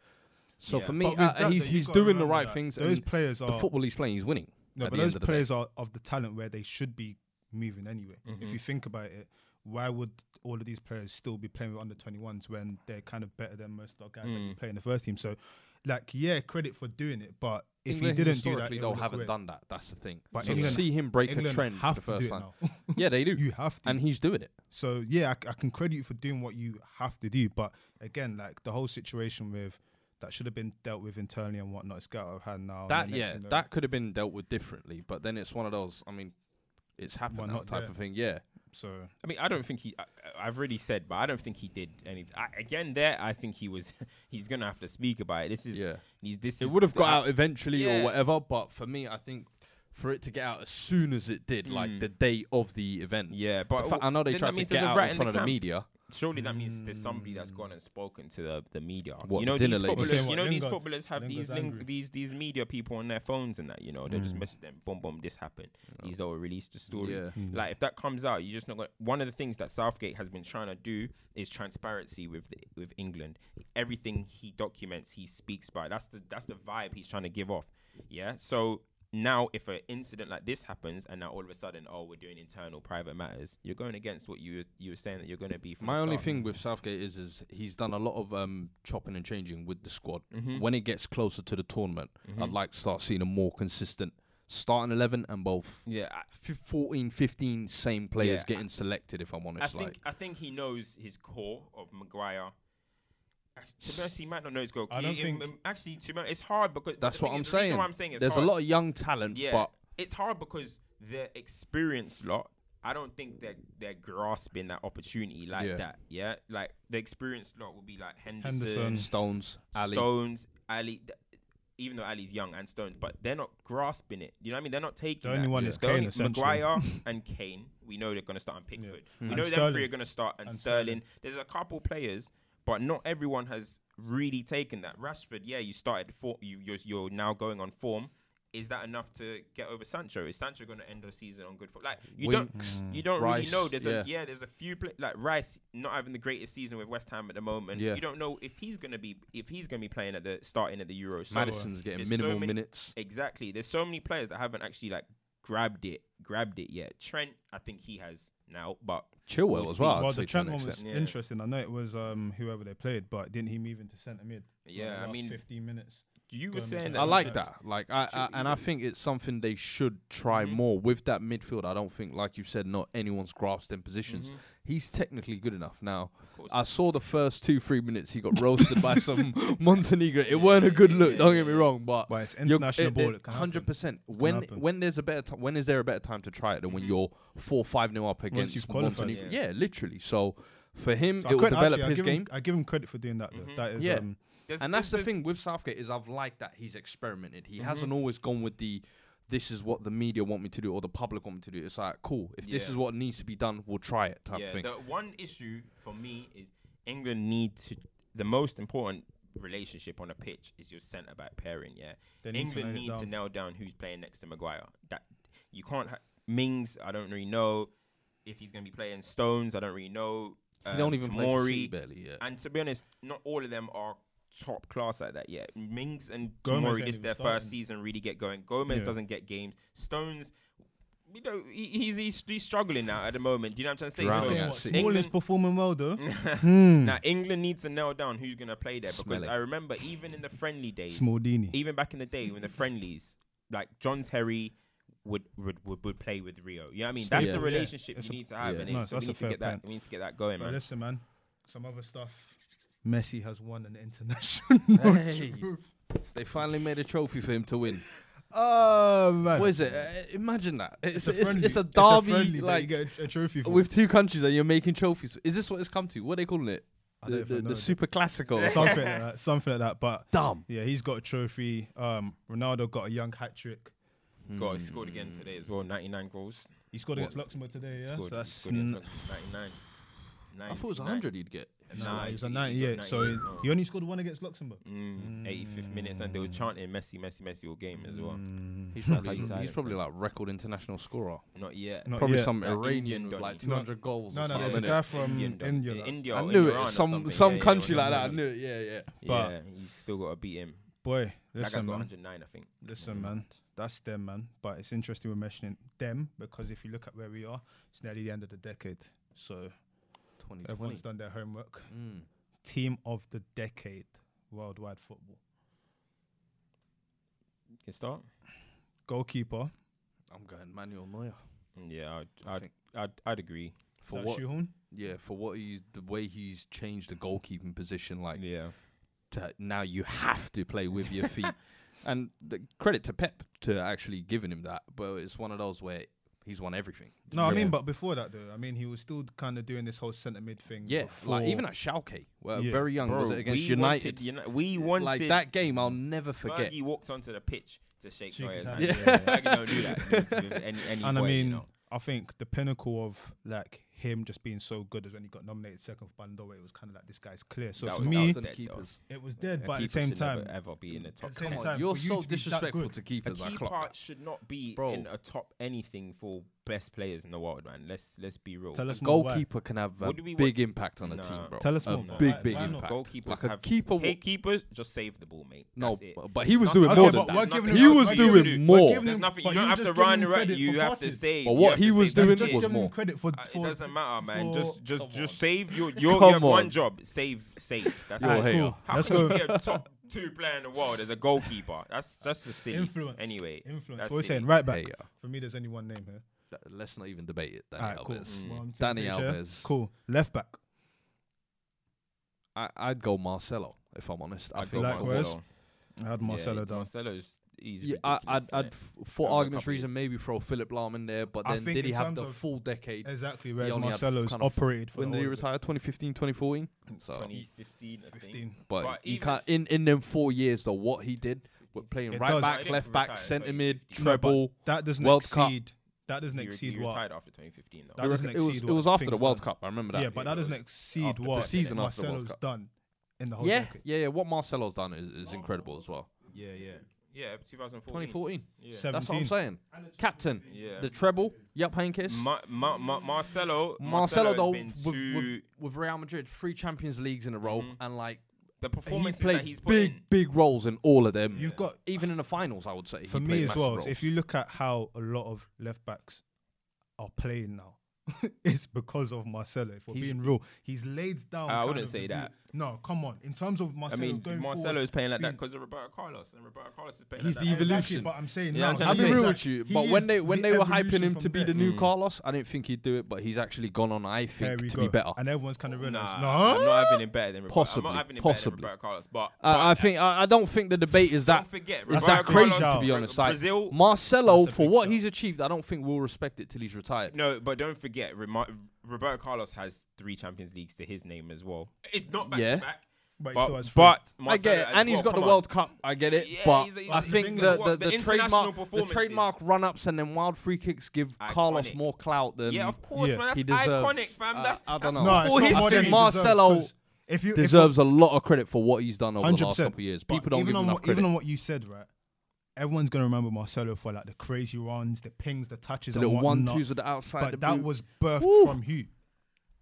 Speaker 2: so
Speaker 3: Yeah.
Speaker 2: for
Speaker 3: But
Speaker 2: me,
Speaker 1: with
Speaker 2: uh,
Speaker 1: that, though,
Speaker 2: he's
Speaker 1: you've
Speaker 2: he's
Speaker 1: gotta
Speaker 2: doing the
Speaker 1: remember
Speaker 2: right
Speaker 1: that
Speaker 2: things.
Speaker 1: Those
Speaker 2: and
Speaker 1: players
Speaker 2: the
Speaker 1: are
Speaker 2: football he's playing, he's winning.
Speaker 1: No,
Speaker 2: at
Speaker 1: but
Speaker 2: the
Speaker 1: those
Speaker 2: end of the day.
Speaker 1: players are of the talent where they should be moving anyway.
Speaker 2: Mm-hmm.
Speaker 1: If you think about it, why would all of these players still be playing with under 21s when they're kind of better than most of the guys
Speaker 2: Mm.
Speaker 1: that you play in the first team? So, like, yeah, credit for doing it, but if
Speaker 2: England
Speaker 1: he didn't do that,
Speaker 2: historically
Speaker 1: it
Speaker 2: though
Speaker 1: would look
Speaker 2: haven't
Speaker 1: weird.
Speaker 2: done that. That's the thing.
Speaker 1: But
Speaker 2: so
Speaker 1: England-
Speaker 2: to see him break
Speaker 1: England
Speaker 2: a trend
Speaker 1: have
Speaker 2: for the
Speaker 1: to do
Speaker 2: first
Speaker 1: it
Speaker 2: time.
Speaker 1: now.
Speaker 2: yeah, they do,
Speaker 1: you have to.
Speaker 2: and he's doing it.
Speaker 1: So yeah, I c- I, can credit you for doing what you have to do, but again, like the whole situation with that should have been dealt with internally and whatnot, it's got out of hand now. and
Speaker 2: that
Speaker 1: the next
Speaker 2: yeah,
Speaker 1: thing you know-
Speaker 2: that could have been dealt with differently. But then it's one of those. I mean, it's happened
Speaker 1: Why
Speaker 2: now
Speaker 1: not,
Speaker 2: type
Speaker 1: yeah.
Speaker 2: of thing. Yeah,
Speaker 1: So
Speaker 3: I mean, I don't think he. I, I- I've already said, but I don't think he did any. I, again, there, I think he was. he's going to have to speak about it. This is.
Speaker 2: Yeah.
Speaker 3: He's, this
Speaker 2: it
Speaker 3: is-
Speaker 2: would have got
Speaker 3: I-
Speaker 2: out eventually
Speaker 3: yeah.
Speaker 2: or whatever. But for me, I think for it to get out as soon as it did, like the day of the event.
Speaker 3: Yeah, but
Speaker 2: The fa- I know they
Speaker 3: then that
Speaker 2: tried to
Speaker 3: means
Speaker 2: get
Speaker 3: there's a
Speaker 2: out
Speaker 3: rat
Speaker 2: in
Speaker 3: in
Speaker 2: front
Speaker 3: the
Speaker 2: of the
Speaker 3: camp.
Speaker 2: media.
Speaker 3: Surely that means there's somebody that's gone and spoken to the, the media.
Speaker 2: Hmm. What,
Speaker 3: you know
Speaker 2: dinner
Speaker 3: these
Speaker 2: ladies?
Speaker 1: You're
Speaker 3: footballers.
Speaker 1: saying
Speaker 3: You
Speaker 1: what,
Speaker 3: know these
Speaker 1: Lingard?
Speaker 3: footballers have
Speaker 1: Lingard's
Speaker 3: these ling-
Speaker 1: angry.
Speaker 3: these these media people on their phones and that. You know they just message them, boom, boom, this happened. These all released the story.
Speaker 2: Hmm. Yeah.
Speaker 3: Like if that comes out, you're just not going. to One of the things that Southgate has been trying to do is transparency with the, with England. Everything he documents, he speaks by. That's the that's the vibe he's trying to give off. Yeah. So. Now, if an incident like this happens, and now all of a sudden, oh, we're doing internal private matters, you're going against what you you were saying that you're going to be. From
Speaker 2: My
Speaker 3: the
Speaker 2: only
Speaker 3: start.
Speaker 2: thing with Southgate is is he's done a lot of um, chopping and changing with the squad. When it gets closer to the tournament, I'd like to start seeing a more consistent starting 11 and both
Speaker 3: Yeah, I,
Speaker 2: f- 14, 15 same players
Speaker 3: Yeah, I-
Speaker 2: getting selected, if I'm
Speaker 3: I
Speaker 2: honest.
Speaker 3: think
Speaker 2: like,
Speaker 3: I think he knows his core of Maguire. Act- To be honest, he might not know his goal.
Speaker 1: I don't
Speaker 3: He-
Speaker 1: think-
Speaker 3: um, actually, to be honest, it's hard because
Speaker 2: that's
Speaker 3: the
Speaker 2: what
Speaker 3: thing
Speaker 2: I'm
Speaker 3: is- the reason
Speaker 2: saying.
Speaker 3: why I'm saying it's
Speaker 2: There's
Speaker 3: hard.
Speaker 2: a lot of young talent,
Speaker 3: Yeah,
Speaker 2: but
Speaker 3: it's hard because the experienced lot. I don't think they're they're grasping that opportunity like
Speaker 2: Yeah.
Speaker 3: that. Yeah, like the experienced lot will be like Henderson,
Speaker 1: Henderson.
Speaker 2: Stones, Ali.
Speaker 3: Stones, Ali. th- Even though Ali's young and Stones, but they're not grasping it. You know what I mean? They're not taking.
Speaker 1: only
Speaker 3: that.
Speaker 1: one is
Speaker 3: The only-
Speaker 1: Kane, essentially.
Speaker 3: Maguire and Kane. We know they're going to start on Pickford. We
Speaker 1: And
Speaker 3: know them
Speaker 1: Sterling.
Speaker 3: three are going to start and,
Speaker 1: And
Speaker 3: Sterling.
Speaker 1: Sterling.
Speaker 3: There's a couple players, but not everyone has really taken that. Rashford, yeah, you started for you. You're, you're now going on form. Is that enough to get over Sancho? Is Sancho going to end the season on good form? Like you
Speaker 2: Winks,
Speaker 3: don't, you don't
Speaker 2: Rice,
Speaker 3: really know. There's
Speaker 2: yeah.
Speaker 3: a yeah, there's a few pla like Rice not having the greatest season with West Ham at the moment.
Speaker 2: Yeah.
Speaker 3: You don't know if he's going to be if he's going to be playing at the starting at the Euros. So
Speaker 2: Madison's getting
Speaker 3: there's
Speaker 2: minimal
Speaker 3: so many-
Speaker 2: minutes.
Speaker 3: Exactly. There's so many players that haven't actually like grabbed it, grabbed it yet. Trent, I think he has now, but
Speaker 2: Chilwell
Speaker 3: We'll
Speaker 2: as
Speaker 3: see.
Speaker 2: well. I'd
Speaker 1: well,
Speaker 2: say
Speaker 1: the
Speaker 2: to
Speaker 1: Trent
Speaker 2: an
Speaker 1: one was
Speaker 2: extent.
Speaker 3: Yeah.
Speaker 1: interesting. I know it was um, whoever they played, but didn't he move into centre mid? for the
Speaker 3: Yeah, I
Speaker 1: last
Speaker 3: mean-
Speaker 1: 15 minutes.
Speaker 3: you were
Speaker 1: Going
Speaker 3: saying
Speaker 1: into
Speaker 3: that
Speaker 2: I
Speaker 1: Yeah.
Speaker 2: like
Speaker 1: Yeah.
Speaker 2: that. Like I, I
Speaker 3: Should- Mm-hmm.
Speaker 2: and I think it's something they should try more with that midfield. I don't think, like you said, not anyone's grasped them positions. He's technically good enough now.
Speaker 3: Mm-hmm. course.
Speaker 2: I saw the first two three minutes he got roasted by some Montenegro. It weren't a good look. Don't get me wrong, but
Speaker 1: But it's
Speaker 2: you're-
Speaker 1: international
Speaker 2: it-
Speaker 1: ball.
Speaker 2: it-
Speaker 1: It can happen.
Speaker 2: 100%. When
Speaker 1: happen.
Speaker 2: when there's a better time, when is there a better time to try it than when you're four five nil up against
Speaker 1: you've qualified.
Speaker 2: Montenegro?
Speaker 3: Mm-hmm. Yeah.
Speaker 2: Yeah. literally. So for him,
Speaker 1: So I
Speaker 2: it will
Speaker 1: credit-
Speaker 2: develop
Speaker 1: actually, I
Speaker 2: his
Speaker 1: give him-
Speaker 2: game.
Speaker 1: I give him credit for doing that. Though.
Speaker 3: Mm-hmm.
Speaker 1: That is,
Speaker 2: Yeah.
Speaker 1: um,
Speaker 3: There's-
Speaker 2: and that's the
Speaker 3: there's-
Speaker 2: thing with Southgate is I've liked that he's experimented. He hasn't always gone with the this is what the media want me to do or the public want me to do. It's like cool. If this
Speaker 3: Yeah.
Speaker 2: is what needs to be done, we'll try it type
Speaker 3: Yeah,
Speaker 2: thing.
Speaker 3: the one issue for me is England need to the most important relationship on a pitch is your centre back pairing. Yeah,
Speaker 1: They need to
Speaker 3: England
Speaker 1: nail it
Speaker 3: need to
Speaker 1: down.
Speaker 3: nail down who's playing next to Maguire. That you can't. Ha- Mings, I don't really know if he's going to be playing Stones. I don't really know.
Speaker 2: he don't
Speaker 3: Um,
Speaker 2: even play for
Speaker 3: Tomori.
Speaker 2: C barely yet.
Speaker 3: And to be honest, not all of them are top class like that yet. Mings and
Speaker 1: Gomez
Speaker 3: Tomori,
Speaker 1: ain't
Speaker 3: this
Speaker 1: even
Speaker 3: their
Speaker 1: starting.
Speaker 3: first season, really get going. Gomez
Speaker 1: Yeah.
Speaker 3: doesn't get games. Stones, you know, he, he's, he's he's struggling now at the moment. Do you know what I'm trying to
Speaker 2: Drowning
Speaker 3: say?
Speaker 2: at
Speaker 1: Somewhat
Speaker 2: England- sea.
Speaker 1: Small is performing well though.
Speaker 3: Now England needs to nail down who's gonna play there
Speaker 2: Hmm. Smell
Speaker 3: because
Speaker 2: it.
Speaker 3: I remember even in the friendly days,
Speaker 1: Smaldini.
Speaker 3: even back in the day when the friendlies, like John Terry would would would, would play with Rio. You know what I mean? That's
Speaker 2: Yeah.
Speaker 3: the
Speaker 2: Yeah.
Speaker 3: relationship
Speaker 1: That's
Speaker 3: you
Speaker 1: a-
Speaker 3: need to have,
Speaker 2: yeah.
Speaker 3: and
Speaker 1: No, that's
Speaker 3: so we
Speaker 1: a
Speaker 3: need to
Speaker 1: fair
Speaker 3: get that
Speaker 1: point.
Speaker 3: we need to get that going,
Speaker 1: But
Speaker 3: man.
Speaker 1: listen, man, some other stuff. Messi has won an international.
Speaker 2: Hey.
Speaker 1: trophy.
Speaker 2: They finally made a trophy for him to win.
Speaker 1: oh man,
Speaker 2: What is it? Uh, imagine that. It's, it's,
Speaker 1: friendly.
Speaker 2: it's a
Speaker 1: It's a
Speaker 2: derby,
Speaker 1: friendly that you
Speaker 2: like
Speaker 1: get a, a trophy for.
Speaker 2: with two countries, and you're making trophies. Is this what it's come to? What are they calling it?
Speaker 1: I don't
Speaker 2: The,
Speaker 1: even
Speaker 2: the,
Speaker 1: know
Speaker 2: the
Speaker 1: the-
Speaker 2: Super Classico. or something?
Speaker 1: something like that, something like that. But
Speaker 2: Dumb.
Speaker 1: yeah, he's got a trophy. Um, Ronaldo got a young hat trick.
Speaker 3: God, he scored again today as well. 99 goals.
Speaker 1: He scored
Speaker 3: What?
Speaker 1: against Luxembourg today. Yeah,
Speaker 3: scored,
Speaker 1: so that's
Speaker 3: scored against
Speaker 1: n-
Speaker 3: Luxembourg, 99.
Speaker 2: I thought it was
Speaker 3: 99.
Speaker 2: 100 he'd get.
Speaker 1: nah, he's
Speaker 3: he
Speaker 1: on
Speaker 3: got
Speaker 1: 98. So he's,
Speaker 3: 98.
Speaker 1: he only scored one against Luxembourg.
Speaker 3: Mm, 85th minutes, and they
Speaker 2: Mm.
Speaker 3: were chanting Messi, Messi, Messi all game as well.
Speaker 1: Mm.
Speaker 2: He's
Speaker 3: That's how
Speaker 2: probably,
Speaker 3: you sign
Speaker 2: he's
Speaker 3: it,
Speaker 2: probably
Speaker 3: fam.
Speaker 2: like record international scorer.
Speaker 3: Not yet.
Speaker 1: Not
Speaker 2: Probably
Speaker 1: yet.
Speaker 2: some
Speaker 3: That
Speaker 2: Iranian
Speaker 3: Indian
Speaker 2: with like
Speaker 3: doggy.
Speaker 2: 200 goals.
Speaker 1: No,
Speaker 2: or
Speaker 1: no, there's a
Speaker 2: something,
Speaker 1: guy
Speaker 2: innit?
Speaker 1: from
Speaker 3: Indian dog.
Speaker 1: India.
Speaker 3: In
Speaker 1: like,
Speaker 3: India
Speaker 2: I
Speaker 3: or
Speaker 2: knew
Speaker 3: Iran or
Speaker 2: it. Some
Speaker 3: something.
Speaker 2: some
Speaker 3: Yeah, yeah,
Speaker 2: country
Speaker 3: one of
Speaker 2: like that. I
Speaker 3: them.
Speaker 2: knew it. Yeah, yeah.
Speaker 1: But-
Speaker 3: yeah, you still got to beat him.
Speaker 1: Boy,
Speaker 3: That guy's
Speaker 1: listen,
Speaker 3: got
Speaker 1: man.
Speaker 3: 109, I think.
Speaker 1: Listen, man. That's them, man. But it's interesting we're mentioning them because if you look at where we are, it's nearly the end of the decade. So
Speaker 2: 2020.
Speaker 1: everyone's done their homework.
Speaker 2: Mm.
Speaker 1: Team of the decade, worldwide football.
Speaker 3: Can start?
Speaker 1: Goalkeeper.
Speaker 2: I'm going Manuel Neuer.
Speaker 3: Yeah, I'd,
Speaker 2: I
Speaker 3: I'd,
Speaker 2: think
Speaker 3: I'd, I'd agree.
Speaker 2: for
Speaker 1: is
Speaker 2: what?
Speaker 1: that Schuhorn?
Speaker 2: Yeah, for what he's the way he's changed the goalkeeping position. Like
Speaker 3: yeah.
Speaker 2: to, now you have to play with your feet. and the credit to Pep to actually giving him that, but it's one of those where he's won everything.
Speaker 1: No, I mean,
Speaker 2: Yeah.
Speaker 1: but before that, though, I mean, he was still kind of doing this whole centre mid thing.
Speaker 2: yeah,
Speaker 1: before.
Speaker 2: like even at Schalke, well,
Speaker 1: Yeah.
Speaker 2: very young, was
Speaker 3: Bro,
Speaker 2: it against
Speaker 3: we
Speaker 2: United?
Speaker 3: Wanted, Uni- we wanted.
Speaker 2: like that game, I'll never forget.
Speaker 3: Fergie walked onto the pitch to shake
Speaker 1: Shake his
Speaker 3: Neuer's hand.
Speaker 1: hand,
Speaker 3: Yeah.
Speaker 1: yeah.
Speaker 3: Fergie don't do that. with- with any, any
Speaker 1: and
Speaker 3: boy,
Speaker 1: I mean,
Speaker 3: you know.
Speaker 1: I think the pinnacle of like him just being so good is when he got nominated second for Ballon d'Or. It was kind of like this guy's clear. So
Speaker 3: That
Speaker 1: for
Speaker 3: was-
Speaker 1: me,
Speaker 3: that was- dead,
Speaker 1: it was dead.
Speaker 3: A
Speaker 1: But at the
Speaker 3: keeper
Speaker 1: same
Speaker 3: should never,
Speaker 1: time,
Speaker 3: ever be in the top.
Speaker 1: at the same
Speaker 3: ten.
Speaker 1: time,
Speaker 2: you're
Speaker 1: for you
Speaker 2: so
Speaker 1: to be that
Speaker 2: disrespectful
Speaker 1: good-
Speaker 2: to
Speaker 3: A
Speaker 2: keepers. I
Speaker 3: keeper
Speaker 2: clock that.
Speaker 3: should not be
Speaker 2: Bro.
Speaker 3: in a top anything for best players in the world, man. Let's let's be real.
Speaker 1: Tell us more why.
Speaker 2: Goalkeeper can have a
Speaker 3: What do we
Speaker 2: big
Speaker 3: want-
Speaker 2: impact on a
Speaker 3: Nah.
Speaker 2: team, bro.
Speaker 1: Tell us
Speaker 2: a
Speaker 1: more.
Speaker 2: big,
Speaker 1: Why-
Speaker 2: big
Speaker 1: why not?
Speaker 2: impact.
Speaker 3: Goalkeepers
Speaker 2: like a
Speaker 3: have
Speaker 2: keeper.
Speaker 3: Hey,
Speaker 2: Wa-
Speaker 3: keepers just save the ball, mate.
Speaker 2: no,
Speaker 3: That's it.
Speaker 2: bu- but he was
Speaker 3: Not-
Speaker 2: doing
Speaker 1: Okay,
Speaker 2: more
Speaker 1: but
Speaker 2: than
Speaker 1: we're
Speaker 2: that.
Speaker 1: giving
Speaker 3: He
Speaker 1: him-
Speaker 3: was
Speaker 1: we're
Speaker 2: doing
Speaker 1: giving him- we're
Speaker 2: more.
Speaker 1: giving
Speaker 3: There's
Speaker 1: him-
Speaker 3: nothing.
Speaker 1: but
Speaker 3: You don't
Speaker 1: you're
Speaker 3: have
Speaker 1: just
Speaker 3: to
Speaker 1: giving
Speaker 3: run
Speaker 1: him
Speaker 3: around.
Speaker 1: credit
Speaker 3: You
Speaker 1: for
Speaker 3: have to
Speaker 1: passes.
Speaker 3: save.
Speaker 2: But
Speaker 3: you
Speaker 2: what
Speaker 3: have
Speaker 2: he
Speaker 3: to
Speaker 2: was
Speaker 3: save.
Speaker 1: Let's
Speaker 2: doing
Speaker 1: just
Speaker 2: was
Speaker 1: give him
Speaker 2: more.
Speaker 1: credit for.
Speaker 3: Uh, It
Speaker 1: for
Speaker 3: doesn't matter, man.
Speaker 1: for-
Speaker 3: Just, just,
Speaker 2: Come
Speaker 3: just
Speaker 2: on.
Speaker 3: save your your,
Speaker 2: Come
Speaker 3: your one
Speaker 2: on.
Speaker 3: job. Save, save. That's
Speaker 2: You're a
Speaker 3: it.
Speaker 2: hater.
Speaker 1: cool.
Speaker 3: How
Speaker 1: Let's
Speaker 3: can you
Speaker 1: go.
Speaker 3: be a top two player in the world as a goalkeeper? That's that's just silly.
Speaker 1: Influence.
Speaker 3: Anyway,
Speaker 1: influence.
Speaker 3: that's
Speaker 1: What we're
Speaker 3: silly.
Speaker 1: saying, right back.
Speaker 2: Hey, yeah.
Speaker 1: For me, there's only one name here.
Speaker 2: Th- Let's not even debate it. Danny
Speaker 1: All right, cool.
Speaker 2: Alves.
Speaker 1: Well, I'm
Speaker 2: Danny
Speaker 1: taking a picture.
Speaker 2: Alves.
Speaker 1: Cool. Left back.
Speaker 2: I, I'd go Marcelo if I'm honest. I
Speaker 3: I'd
Speaker 2: think
Speaker 3: go
Speaker 1: Likewise.
Speaker 2: Marcelo-
Speaker 3: Marcelo.
Speaker 1: I had
Speaker 3: Yeah,
Speaker 1: Marcelo down.
Speaker 3: Marcelo's he's
Speaker 2: Yeah, I, I'd,
Speaker 3: ridiculous,
Speaker 2: I'd,
Speaker 3: innit?
Speaker 2: f- for
Speaker 3: Over a
Speaker 2: argument's
Speaker 3: couple
Speaker 2: reason,
Speaker 3: years.
Speaker 2: maybe throw Philip Lahm in there. But
Speaker 1: I
Speaker 2: then,
Speaker 1: think
Speaker 2: did he
Speaker 1: in
Speaker 2: have
Speaker 1: terms
Speaker 2: the
Speaker 1: of-
Speaker 2: full decade?
Speaker 1: Exactly. Whereas
Speaker 2: only had
Speaker 1: Marcelo's
Speaker 2: kind of-
Speaker 1: operated for
Speaker 2: when
Speaker 1: the
Speaker 2: did he
Speaker 1: whole of it.
Speaker 2: retire? 2015, 2014. So,
Speaker 3: 2015, I think.
Speaker 1: 15.
Speaker 2: but,
Speaker 3: But
Speaker 2: you
Speaker 3: even
Speaker 2: can't in in them four years though. What he did, with playing
Speaker 1: It
Speaker 2: right
Speaker 1: does- I
Speaker 2: back,
Speaker 3: didn't
Speaker 2: left
Speaker 3: retire,
Speaker 2: back,
Speaker 3: so
Speaker 2: centre
Speaker 3: he-
Speaker 2: mid,
Speaker 3: he-
Speaker 1: No, but
Speaker 2: treble.
Speaker 1: that doesn't
Speaker 2: World Cup.
Speaker 1: exceed. That doesn't
Speaker 3: He re-
Speaker 1: exceed
Speaker 3: he
Speaker 1: what.
Speaker 3: retired after 2015 though.
Speaker 1: That doesn't
Speaker 2: it was
Speaker 1: exceed
Speaker 2: it
Speaker 1: what
Speaker 2: was after the
Speaker 1: things
Speaker 2: World
Speaker 1: done.
Speaker 2: Cup. I remember that.
Speaker 1: yeah, but that
Speaker 3: it
Speaker 1: doesn't
Speaker 3: was
Speaker 1: exceed
Speaker 3: after
Speaker 1: what
Speaker 3: the
Speaker 2: season after the World
Speaker 1: Marcelo's
Speaker 2: Cup.
Speaker 1: done in the whole
Speaker 2: yeah,
Speaker 1: decade.
Speaker 2: yeah, yeah. What Marcelo's done is,
Speaker 3: Oh.
Speaker 2: is incredible as well.
Speaker 3: Yeah, yeah, yeah. 2014.
Speaker 2: 2014.
Speaker 3: Yeah.
Speaker 2: That's what I'm saying. Captain,
Speaker 3: Yeah.
Speaker 2: the treble. Yep, Hankis.
Speaker 3: Ma- Ma- Ma- Marcelo,
Speaker 2: Marcelo,
Speaker 3: Marcelo
Speaker 2: though,
Speaker 3: has been
Speaker 2: with, with,
Speaker 3: too.
Speaker 2: with Real Madrid, three Champions Leagues in a row, and like
Speaker 3: The
Speaker 2: he
Speaker 3: Mm-hmm. performances
Speaker 2: played
Speaker 3: that he's put
Speaker 2: big,
Speaker 3: in.
Speaker 2: big roles in all of them.
Speaker 1: You've got
Speaker 2: even in the finals, I would say.
Speaker 1: for
Speaker 2: he
Speaker 1: me
Speaker 2: played
Speaker 1: as
Speaker 2: massive
Speaker 1: well.
Speaker 2: roles.
Speaker 1: If you look at how a lot of left backs are playing now. it's because of Marcelo. If we're
Speaker 2: He's- Ah,
Speaker 1: being real, he's laid down.
Speaker 3: I
Speaker 1: kind
Speaker 3: wouldn't
Speaker 1: of
Speaker 3: say
Speaker 1: the-
Speaker 3: that.
Speaker 1: No, come on. In terms of
Speaker 3: I
Speaker 1: Marcelo,
Speaker 3: mean,
Speaker 1: going
Speaker 3: Marcelo
Speaker 1: forward,
Speaker 3: is playing like that
Speaker 1: being-
Speaker 3: because of Roberto Carlos, and Roberto Carlos is playing
Speaker 2: He's
Speaker 3: like
Speaker 2: the
Speaker 3: that.
Speaker 2: evolution.
Speaker 1: Exactly, but I'm saying
Speaker 2: Yeah,
Speaker 1: now,
Speaker 2: I'll
Speaker 1: he
Speaker 2: be
Speaker 1: is
Speaker 2: real
Speaker 1: that-
Speaker 2: with you.
Speaker 1: he
Speaker 2: But when
Speaker 1: is
Speaker 2: they when
Speaker 1: the
Speaker 2: they were hyping
Speaker 1: evolution
Speaker 2: him
Speaker 1: from
Speaker 2: to be
Speaker 1: there.
Speaker 2: the
Speaker 3: Mm.
Speaker 2: new Carlos, I didn't think he'd do it, but he's actually gone on. I
Speaker 1: There
Speaker 2: think
Speaker 1: we
Speaker 2: to
Speaker 1: go.
Speaker 2: be better.
Speaker 1: and everyone's kind of realized,
Speaker 3: Nah,
Speaker 1: no,
Speaker 3: I'm not having him better than Roberto.
Speaker 2: Possibly,
Speaker 3: I'm not having him
Speaker 2: possibly. Uh,
Speaker 3: better than Roberto Carlos, but, but
Speaker 2: I, I think I, I don't think the debate is that
Speaker 3: don't forget
Speaker 2: is
Speaker 3: Roberto
Speaker 2: that crazy
Speaker 1: Carlos-
Speaker 2: to be
Speaker 3: Bra-
Speaker 2: honest. Like,
Speaker 3: Brazil-
Speaker 2: Marcelo,
Speaker 1: That's a
Speaker 2: for
Speaker 1: big
Speaker 2: what
Speaker 1: shout.
Speaker 2: he's achieved, I don't think we'll respect it till he's retired.
Speaker 3: No, but don't forget, Remo- Roberto Carlos has three Champions Leagues to his name as well. It's not back
Speaker 2: Yeah.
Speaker 3: to back,
Speaker 1: but, he
Speaker 3: but,
Speaker 1: still has three.
Speaker 3: but
Speaker 2: I
Speaker 3: Marcelo
Speaker 2: get it,
Speaker 3: as
Speaker 2: and he's
Speaker 3: well,
Speaker 2: got the
Speaker 3: come on.
Speaker 2: World Cup. I get it,
Speaker 3: Yeah,
Speaker 2: but
Speaker 3: he's- he's-
Speaker 2: I
Speaker 3: the
Speaker 2: think
Speaker 3: thing
Speaker 2: the,
Speaker 3: is,
Speaker 2: the,
Speaker 3: what-
Speaker 2: the,
Speaker 3: the international
Speaker 2: trademark the
Speaker 3: performances-
Speaker 2: trademark run ups and then wild free kicks give
Speaker 3: Iconic.
Speaker 2: Carlos more clout than
Speaker 3: Yeah, of course,
Speaker 1: Yeah.
Speaker 3: man. That's
Speaker 2: He deserves-
Speaker 3: iconic, fam.
Speaker 2: I-
Speaker 3: That's
Speaker 2: I don't
Speaker 3: that's
Speaker 2: know.
Speaker 1: No, it's
Speaker 3: football
Speaker 1: not more
Speaker 3: history.
Speaker 1: than
Speaker 2: Modern
Speaker 1: he
Speaker 2: Oh. Marcelo
Speaker 1: deserves 'cause if you if you-
Speaker 2: deserves a lot of credit for what he's done over the last
Speaker 1: 100%,
Speaker 2: couple of years.
Speaker 1: But
Speaker 2: People don't
Speaker 1: even
Speaker 2: give him
Speaker 1: on
Speaker 2: enough
Speaker 1: what, even
Speaker 2: credit.
Speaker 1: on what you said, right? Everyone's gonna remember Marcelo for like the crazy runs, the pings, the touches,
Speaker 2: The
Speaker 1: and
Speaker 2: little one
Speaker 1: whatnot.
Speaker 2: twos of the outside.
Speaker 1: but
Speaker 2: the
Speaker 1: that
Speaker 2: boot.
Speaker 1: was birthed
Speaker 2: Woo.
Speaker 1: from who?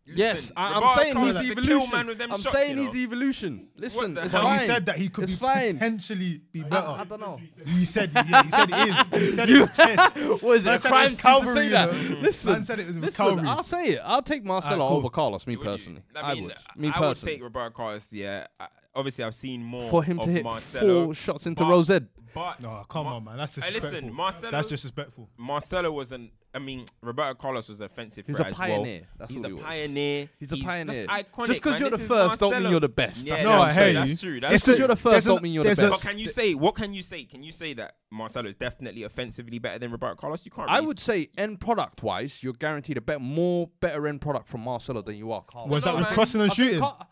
Speaker 2: yes.
Speaker 3: Listen,
Speaker 2: I,
Speaker 3: the bar
Speaker 2: I'm saying
Speaker 3: comes
Speaker 2: he's
Speaker 3: like
Speaker 2: the
Speaker 3: the kill
Speaker 2: evolution.
Speaker 3: man with them
Speaker 2: I'm
Speaker 3: shots,
Speaker 2: saying
Speaker 3: you know?
Speaker 2: he's the evolution. Listen,
Speaker 3: the
Speaker 2: it's
Speaker 3: hell?
Speaker 1: But
Speaker 2: fine.
Speaker 1: you said that he could
Speaker 2: it's
Speaker 1: be
Speaker 2: fine.
Speaker 1: potentially be better.
Speaker 2: I don't know.
Speaker 1: You said yeah, you said it is. You said it with chest.
Speaker 2: What is it?
Speaker 1: Man
Speaker 2: a
Speaker 1: said
Speaker 2: crime
Speaker 1: it was
Speaker 2: scene to
Speaker 1: Calvary,
Speaker 2: say
Speaker 1: you
Speaker 2: that.
Speaker 1: know?
Speaker 2: Listen,
Speaker 1: Man said it was with
Speaker 2: listen,
Speaker 1: Calvary.
Speaker 2: I'll say it. I'll take Marcelo
Speaker 1: Alright, cool.
Speaker 2: over Carlos. Me
Speaker 3: Would you-
Speaker 2: personally,
Speaker 3: I mean,
Speaker 2: would. Me
Speaker 3: I would
Speaker 2: personally,
Speaker 3: take Roberto Carlos. Yeah, I, obviously I've seen more
Speaker 2: for him
Speaker 3: of
Speaker 2: to hit
Speaker 3: Marcelo,
Speaker 2: four shots into
Speaker 3: but-
Speaker 2: Rose Ed.
Speaker 3: But
Speaker 1: No, come
Speaker 3: Ma-
Speaker 1: on, man. That's
Speaker 3: Hey,
Speaker 1: disrespectful.
Speaker 3: listen, Marcelo.
Speaker 1: That's disrespectful.
Speaker 3: Marcelo was an. I mean, Roberto Carlos was an offensive.
Speaker 2: He's
Speaker 3: threat
Speaker 2: a
Speaker 3: as
Speaker 2: pioneer.
Speaker 3: Well.
Speaker 2: That's
Speaker 3: he's
Speaker 2: what
Speaker 3: a
Speaker 2: he was.
Speaker 3: pioneer.
Speaker 2: He's a pioneer.
Speaker 3: Just iconic.
Speaker 2: Just 'cause
Speaker 3: man.
Speaker 2: you're
Speaker 3: This
Speaker 2: the
Speaker 3: is
Speaker 2: first don't mean
Speaker 3: Marcelo.
Speaker 2: you're the best.
Speaker 3: Yeah,
Speaker 2: That's
Speaker 1: No,
Speaker 2: what I'm
Speaker 1: I
Speaker 3: that's,
Speaker 1: hear
Speaker 3: true.
Speaker 1: you.
Speaker 3: that's true. That's
Speaker 1: It's
Speaker 3: true.
Speaker 1: a-
Speaker 2: You're the first
Speaker 1: there's
Speaker 2: don't
Speaker 1: an-
Speaker 2: mean you're the
Speaker 1: there's
Speaker 2: best.
Speaker 1: a-
Speaker 3: But can you say what can you say? Can you say that Marcelo is definitely offensively better than Roberto Carlos? You can't.
Speaker 2: I
Speaker 3: really
Speaker 2: would say end product wise, you're guaranteed a bet more better end product from Marcelo than you are Carlos.
Speaker 1: Was
Speaker 3: no,
Speaker 1: that with
Speaker 3: man.
Speaker 1: crossing and
Speaker 2: I think
Speaker 1: shooting?
Speaker 2: Car-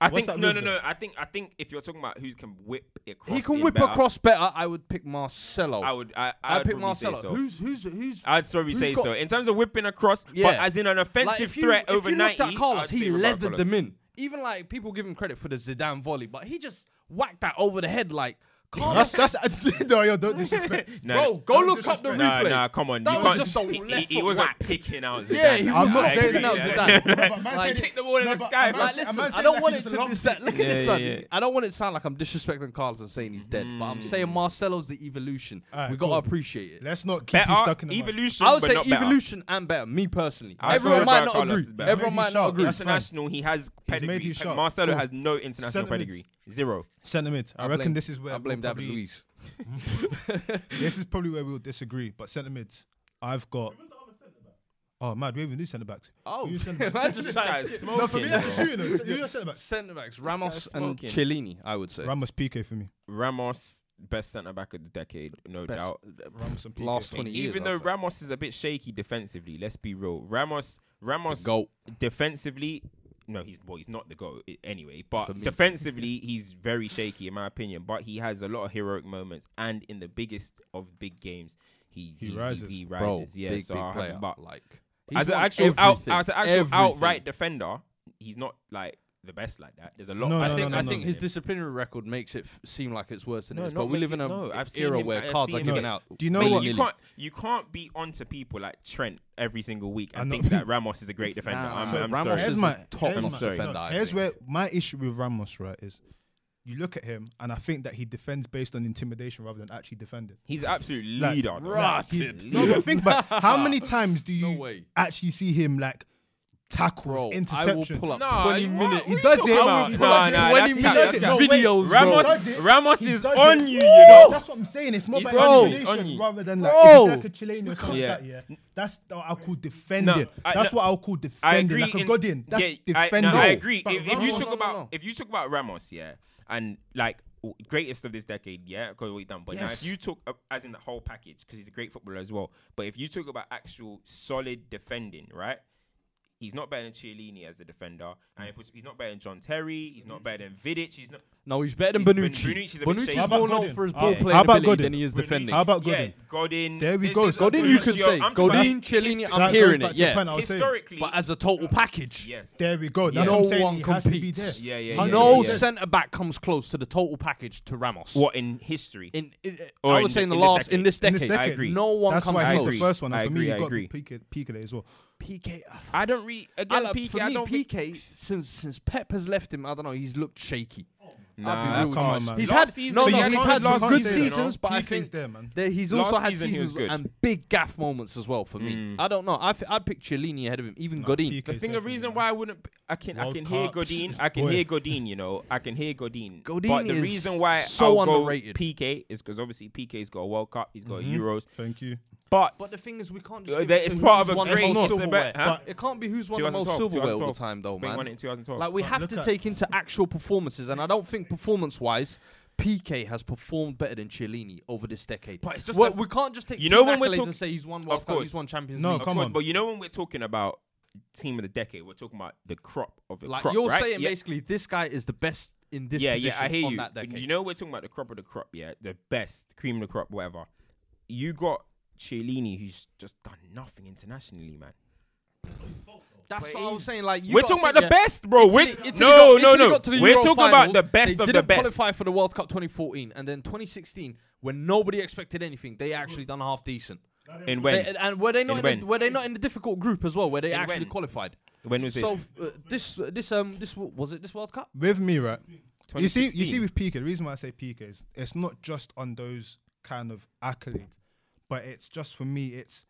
Speaker 3: I
Speaker 1: What's
Speaker 3: think
Speaker 1: that
Speaker 3: no, no,
Speaker 1: move
Speaker 3: no. I think I think if you're talking about who can whip across,
Speaker 2: he can
Speaker 3: it
Speaker 2: whip
Speaker 3: better,
Speaker 2: across better. I would pick Marcelo.
Speaker 3: I would. I, I
Speaker 2: I'd
Speaker 3: would
Speaker 2: pick
Speaker 3: pick
Speaker 2: Marcelo.
Speaker 3: Say so.
Speaker 2: Who's who's who's?
Speaker 3: I'd probably
Speaker 2: who's
Speaker 3: say
Speaker 2: got-
Speaker 3: so. In terms of whipping across,
Speaker 2: Yeah.
Speaker 3: but as in an
Speaker 2: Like,
Speaker 3: offensive
Speaker 2: if you-
Speaker 3: threat
Speaker 2: if
Speaker 3: over
Speaker 2: you looked
Speaker 3: 90,
Speaker 2: at Carlos,
Speaker 3: I'd say
Speaker 2: he
Speaker 3: Roberto
Speaker 2: leathered
Speaker 3: Carlos.
Speaker 2: them in. Even like people give him credit for the Zidane volley, but he just whacked that over the head like Carlos.
Speaker 1: That's that's no, yo, don't disrespect.
Speaker 3: No,
Speaker 2: bro,
Speaker 3: no.
Speaker 2: go
Speaker 1: Don't
Speaker 2: look up the
Speaker 1: disrespect.
Speaker 3: Nah,
Speaker 2: replay.
Speaker 3: nah, come on.
Speaker 2: That
Speaker 3: you
Speaker 2: was
Speaker 3: can't,
Speaker 2: just a
Speaker 3: he-
Speaker 2: left
Speaker 3: he,
Speaker 2: foot
Speaker 3: wasn't
Speaker 2: whack.
Speaker 3: picking out Zidane.
Speaker 2: Yeah, he
Speaker 3: I
Speaker 1: I'm not
Speaker 2: was not
Speaker 3: agree,
Speaker 1: saying
Speaker 2: picking
Speaker 1: that
Speaker 2: out
Speaker 1: was
Speaker 3: yeah.
Speaker 1: Zidane.
Speaker 2: Zidane.
Speaker 1: No, but man
Speaker 2: Like,
Speaker 1: said
Speaker 2: kick
Speaker 1: it-
Speaker 3: the ball in
Speaker 1: no,
Speaker 3: the
Speaker 1: but
Speaker 3: sky,
Speaker 1: man
Speaker 3: man.
Speaker 2: Like,
Speaker 1: said- man
Speaker 2: listen,
Speaker 1: said
Speaker 2: I
Speaker 1: that
Speaker 2: don't
Speaker 1: he
Speaker 2: want it
Speaker 1: was a
Speaker 2: to
Speaker 1: long
Speaker 2: be said. Look at
Speaker 3: Yeah,
Speaker 2: this,
Speaker 3: yeah,
Speaker 2: son.
Speaker 3: yeah.
Speaker 2: I don't want it to sound like I'm disrespecting Carlos and saying he's dead, but I'm
Speaker 3: Mm.
Speaker 2: saying Marcelo's the evolution.
Speaker 1: Alright,
Speaker 2: we got
Speaker 1: cool.
Speaker 2: to appreciate it.
Speaker 1: Let's not keep you stuck
Speaker 3: Better
Speaker 1: in the mud.
Speaker 3: evolution,
Speaker 2: I would
Speaker 3: but
Speaker 2: say
Speaker 3: not better.
Speaker 2: evolution and better. Me personally,
Speaker 3: I
Speaker 2: everyone
Speaker 3: agree.
Speaker 2: might not
Speaker 3: Carlos
Speaker 2: agree.
Speaker 3: is better.
Speaker 2: Everyone
Speaker 1: Maybe
Speaker 2: might not
Speaker 1: sharp.
Speaker 2: agree.
Speaker 1: That's fine.
Speaker 3: International, he has
Speaker 1: made you
Speaker 3: pedigree. Pe-
Speaker 1: sharp.
Speaker 3: Marcelo
Speaker 1: Cool.
Speaker 3: has no international
Speaker 1: Centre mids.
Speaker 3: pedigree. Zero.
Speaker 1: Centre mid. I, reckon this is where
Speaker 2: I blame
Speaker 1: we'll
Speaker 2: David
Speaker 1: probably-
Speaker 2: Luiz.
Speaker 1: This is probably where we'll disagree. But centre mids, I've got. Oh mad, we even do centre backs.
Speaker 2: Oh,
Speaker 1: Who's centre backs?
Speaker 2: imagine
Speaker 3: This guy
Speaker 2: that.
Speaker 3: is
Speaker 1: No, for me
Speaker 3: smoking.
Speaker 1: that's a
Speaker 3: bro.
Speaker 1: shooting. though. You're centre backs.
Speaker 2: Centre backs Ramos and
Speaker 3: smoking.
Speaker 2: Cellini. I would say
Speaker 1: Ramos PK for me.
Speaker 3: Ramos, best centre back of the decade, no
Speaker 2: Best.
Speaker 3: doubt.
Speaker 1: Ramos and PK.
Speaker 2: Last
Speaker 1: for me.
Speaker 2: 20 years,
Speaker 3: Even
Speaker 2: I'd
Speaker 3: though
Speaker 2: say.
Speaker 3: Ramos is a bit shaky defensively, let's be real. Ramos, Ramos,
Speaker 2: goat.
Speaker 3: defensively. No, he's well, he's not the goat i- anyway.
Speaker 2: For
Speaker 3: But
Speaker 2: me.
Speaker 3: defensively, he's very shaky in my opinion. But he has a lot of heroic moments, and in the biggest of big games, he
Speaker 1: He
Speaker 3: he, he-
Speaker 1: rises.
Speaker 3: He
Speaker 2: bro,
Speaker 3: rises. yeah,
Speaker 2: big
Speaker 3: so
Speaker 2: big
Speaker 3: I have
Speaker 2: player.
Speaker 3: him, but
Speaker 2: like
Speaker 3: as
Speaker 2: he's
Speaker 3: an
Speaker 2: won
Speaker 3: actual out,
Speaker 2: everything.
Speaker 3: as an actual
Speaker 2: Everything.
Speaker 3: outright defender, he's not like the best like that. There's a lot.
Speaker 1: No,
Speaker 2: I
Speaker 1: no,
Speaker 2: think
Speaker 1: no,
Speaker 2: I
Speaker 1: no,
Speaker 2: think
Speaker 1: no.
Speaker 2: his disciplinary record makes it f- seem like it's worse than
Speaker 3: No,
Speaker 2: it is.
Speaker 3: not
Speaker 2: But we
Speaker 3: make
Speaker 2: live
Speaker 3: it-
Speaker 2: in a
Speaker 3: no, I've seen
Speaker 2: era
Speaker 3: him-
Speaker 2: where
Speaker 3: I've
Speaker 2: cards are
Speaker 3: seen him
Speaker 2: given
Speaker 3: get-
Speaker 2: out.
Speaker 1: Do you know
Speaker 3: But
Speaker 1: what?
Speaker 3: You
Speaker 2: willy-nilly.
Speaker 3: can't you can't be onto people like Trent every single week
Speaker 1: I
Speaker 3: and
Speaker 1: know.
Speaker 3: think that Ramos is a great defender.
Speaker 2: Nah,
Speaker 3: I'm,
Speaker 2: so
Speaker 3: I'm
Speaker 2: Ramos
Speaker 3: sorry.
Speaker 2: is-
Speaker 1: here's
Speaker 2: a
Speaker 1: my
Speaker 2: top
Speaker 1: here's
Speaker 3: notch
Speaker 1: my-
Speaker 2: defender,
Speaker 1: no,
Speaker 2: I
Speaker 1: here's
Speaker 2: think.
Speaker 1: where my issue with Ramos right is. You look at him, and I think that he defends based on intimidation rather than actually defending.
Speaker 3: He's an absolute
Speaker 1: Like,
Speaker 3: leader. though.
Speaker 2: Rotted.
Speaker 3: He's a
Speaker 1: No,
Speaker 3: leader.
Speaker 1: but think about how many times do
Speaker 2: No
Speaker 1: you
Speaker 2: way.
Speaker 1: actually see him like
Speaker 2: Bro,
Speaker 1: tackles,
Speaker 2: I will
Speaker 1: interception?
Speaker 2: pull up
Speaker 3: Nah,
Speaker 2: 20
Speaker 3: you-
Speaker 2: minutes.
Speaker 3: what are you
Speaker 1: does
Speaker 3: talking
Speaker 1: it.
Speaker 3: about?
Speaker 1: He
Speaker 2: He
Speaker 1: pull
Speaker 2: pull
Speaker 1: up
Speaker 2: up
Speaker 3: Nah, nah,
Speaker 2: 20
Speaker 3: that's
Speaker 1: does
Speaker 3: cap,
Speaker 2: minutes
Speaker 1: it.
Speaker 3: that's
Speaker 1: No, wait.
Speaker 3: cap.
Speaker 2: videos.
Speaker 1: He
Speaker 2: bro.
Speaker 1: does
Speaker 3: Ramos,
Speaker 1: it.
Speaker 3: Ramos
Speaker 1: He
Speaker 3: is
Speaker 1: does it.
Speaker 3: on you,
Speaker 2: Woo!
Speaker 3: you know.
Speaker 1: That's what I'm saying. It's more
Speaker 3: He's
Speaker 1: about
Speaker 3: on you, he's on
Speaker 1: intimidation
Speaker 3: you.
Speaker 1: rather than like
Speaker 2: Bro.
Speaker 1: if it's like a Chilean or something like that. Yeah, that's what I'll call defending.
Speaker 3: No, I-
Speaker 1: that's
Speaker 3: no,
Speaker 1: what I'll call
Speaker 3: I
Speaker 1: defending.
Speaker 3: agree.
Speaker 1: Like a
Speaker 3: in-
Speaker 1: Godin. That's
Speaker 3: yeah, I,
Speaker 1: defending.
Speaker 3: no, I agree.
Speaker 2: But
Speaker 3: If, if you
Speaker 2: Ramos-
Speaker 3: talk
Speaker 2: No, no,
Speaker 3: about
Speaker 2: no.
Speaker 3: if you talk about Ramos, yeah, and like w- greatest of this decade, yeah, because what he done. But now
Speaker 1: Yes.
Speaker 3: if you talk uh, as in the whole package, because he's a great footballer as well. But if you talk about actual solid defending, right? He's not better than Chiellini as a defender, and if it's, he's not better than John Terry, he's not better than Vidic. He's not.
Speaker 2: No, he's better than
Speaker 3: He's-
Speaker 2: Bonucci.
Speaker 3: Bonucci's a bit shaky.
Speaker 2: Bonucci's
Speaker 3: How
Speaker 1: about
Speaker 2: more known
Speaker 1: Godin?
Speaker 2: for his
Speaker 1: How-
Speaker 2: ball
Speaker 1: how
Speaker 2: playing
Speaker 1: about
Speaker 2: ability
Speaker 1: Godin?
Speaker 2: than he is defending.
Speaker 1: How about Godin?
Speaker 3: Yeah, Godin.
Speaker 1: There we
Speaker 3: There-
Speaker 1: go.
Speaker 3: there's a-
Speaker 2: Godin, you can
Speaker 3: Lucio,
Speaker 2: say.
Speaker 3: I'm just-
Speaker 2: Godin,
Speaker 3: that's-
Speaker 2: Cellini,
Speaker 3: it's-
Speaker 1: So that
Speaker 2: I'm
Speaker 1: goes
Speaker 2: hearing
Speaker 1: back
Speaker 2: it,
Speaker 1: to the
Speaker 2: yeah.
Speaker 1: point I was saying.
Speaker 3: Historically,
Speaker 2: But as a total package,
Speaker 3: yes.
Speaker 1: There we go. That's
Speaker 3: Yeah.
Speaker 1: what I'm
Speaker 2: No
Speaker 1: saying.
Speaker 2: one
Speaker 1: he has to be there.
Speaker 2: competes.
Speaker 3: Yeah, yeah, yeah,
Speaker 2: no
Speaker 3: yeah.
Speaker 2: centre back comes close to the total package to Ramos.
Speaker 3: What in history?
Speaker 2: In, in- uh,
Speaker 3: Or
Speaker 2: I would
Speaker 3: in
Speaker 2: say in
Speaker 3: the-
Speaker 2: the
Speaker 3: in this
Speaker 2: last in
Speaker 3: decade.
Speaker 2: this
Speaker 1: In
Speaker 2: decade,
Speaker 1: this decade. I agree.
Speaker 2: no one
Speaker 1: That's
Speaker 2: comes
Speaker 1: why he's
Speaker 2: close. uh,
Speaker 1: the first one.
Speaker 3: I
Speaker 1: And for me,
Speaker 3: agree,
Speaker 1: you
Speaker 3: I
Speaker 1: got to be
Speaker 3: agree.
Speaker 1: Pique, Pique as well.
Speaker 2: PK, I
Speaker 3: I don't really
Speaker 2: I
Speaker 3: again.
Speaker 2: like,
Speaker 3: PK,
Speaker 2: for
Speaker 3: I
Speaker 2: me,
Speaker 3: don't think-
Speaker 2: PK since since Pep has left him, I don't know. He's looked shaky.
Speaker 3: Nah,
Speaker 2: be
Speaker 3: that's
Speaker 2: real
Speaker 1: come
Speaker 3: harsh.
Speaker 1: on, man.
Speaker 2: He's
Speaker 3: Last
Speaker 2: had
Speaker 3: season-
Speaker 2: no,
Speaker 1: So
Speaker 2: no,
Speaker 1: you
Speaker 2: he's
Speaker 1: can't-
Speaker 2: had
Speaker 1: you
Speaker 2: some
Speaker 1: can't
Speaker 2: good
Speaker 1: say that, no.
Speaker 2: seasons, but I
Speaker 1: PK 's
Speaker 2: think
Speaker 1: there, man.
Speaker 2: that he's
Speaker 3: Last
Speaker 2: also had
Speaker 3: season he was
Speaker 2: seasons
Speaker 3: good. Mm.
Speaker 2: and big gaff moments as well. For me, I don't know. I th- I'd pick Cellini ahead of him, even Godin.
Speaker 1: PK 's
Speaker 3: The thing,
Speaker 1: there
Speaker 3: the
Speaker 1: for me,
Speaker 3: reason
Speaker 1: man.
Speaker 3: why I wouldn't, I can,
Speaker 1: World
Speaker 3: I can hear
Speaker 1: Cups.
Speaker 3: Godin, I can
Speaker 1: Boy.
Speaker 3: hear Godin, you know, I can hear Godin.
Speaker 2: Godin
Speaker 3: but the
Speaker 2: is
Speaker 3: reason why
Speaker 2: so
Speaker 3: I'll
Speaker 2: underrated. Mm-hmm.
Speaker 3: go PK is because obviously PK's got a World Cup, he's got a Euros,
Speaker 1: Thank you.
Speaker 3: but,
Speaker 2: But the thing is, we can't.
Speaker 3: Uh,
Speaker 2: Just give
Speaker 3: there-
Speaker 2: it to
Speaker 3: it's
Speaker 2: who's
Speaker 3: part of a
Speaker 2: won the
Speaker 3: great
Speaker 2: most
Speaker 3: silver
Speaker 2: silverware.
Speaker 3: bet, huh?
Speaker 2: It can't be who's won the most
Speaker 3: 2012,
Speaker 2: silverware all the
Speaker 3: 2012.
Speaker 2: time, though,
Speaker 3: Spain
Speaker 2: man.
Speaker 3: won it in 2012.
Speaker 2: Like we have
Speaker 1: look
Speaker 2: to
Speaker 1: at-
Speaker 2: take into actual performances, and I don't think performance-wise. PK has performed better than Chiellini over this decade.
Speaker 3: But it's just
Speaker 2: Well,
Speaker 3: that-
Speaker 2: we can't just take
Speaker 3: You
Speaker 2: you
Speaker 3: know
Speaker 2: know
Speaker 3: when we're talking-
Speaker 2: and say he's won World
Speaker 3: Of
Speaker 2: Cup,
Speaker 3: course.
Speaker 2: he's won Champions
Speaker 1: No,
Speaker 2: League.
Speaker 3: Of
Speaker 1: come
Speaker 3: course,
Speaker 1: on.
Speaker 3: but you know when we're talking about team of the decade, we're talking about the crop of the
Speaker 2: Like
Speaker 3: crop,
Speaker 2: you're
Speaker 3: right?
Speaker 2: saying,
Speaker 3: yeah.
Speaker 2: basically, this guy is the best in this
Speaker 3: yeah,
Speaker 2: position
Speaker 3: yeah, I hear
Speaker 2: on
Speaker 3: you.
Speaker 2: that decade.
Speaker 3: You know, we're talking about the crop of the crop, yeah, the best cream of the crop, whatever. You got Chiellini, who's just done nothing internationally, man.
Speaker 2: That's
Speaker 3: But
Speaker 2: what I
Speaker 3: it
Speaker 2: was
Speaker 3: is.
Speaker 2: saying. Like you
Speaker 3: We're
Speaker 2: gotta
Speaker 3: talking about
Speaker 2: think
Speaker 3: the
Speaker 2: that
Speaker 3: best, bro. We're-
Speaker 2: Italy- Italy
Speaker 3: no,
Speaker 2: got-
Speaker 3: no,
Speaker 2: Italy
Speaker 3: no,
Speaker 2: got to the
Speaker 3: We're
Speaker 2: Euro
Speaker 3: talking about
Speaker 2: finals.
Speaker 3: the best
Speaker 2: they
Speaker 3: of the
Speaker 2: didn't
Speaker 3: best.
Speaker 2: Qualify for the World Cup 2014, and then 2016, when nobody expected anything, they actually done half decent.
Speaker 3: In when?
Speaker 2: They- and were they not?
Speaker 3: In
Speaker 2: In the-
Speaker 3: when?
Speaker 2: were they not in the difficult group as well, where they
Speaker 3: In
Speaker 2: actually
Speaker 3: when?
Speaker 2: qualified?
Speaker 3: when was
Speaker 2: So
Speaker 3: this?
Speaker 2: uh, this, uh, this, um, this w- was it. This World Cup.
Speaker 1: with me, right? You see, you see,
Speaker 3: 2016.
Speaker 1: with Pika, the reason why I say Pika is it's not just on those kind of accolades, but it's just for me, it's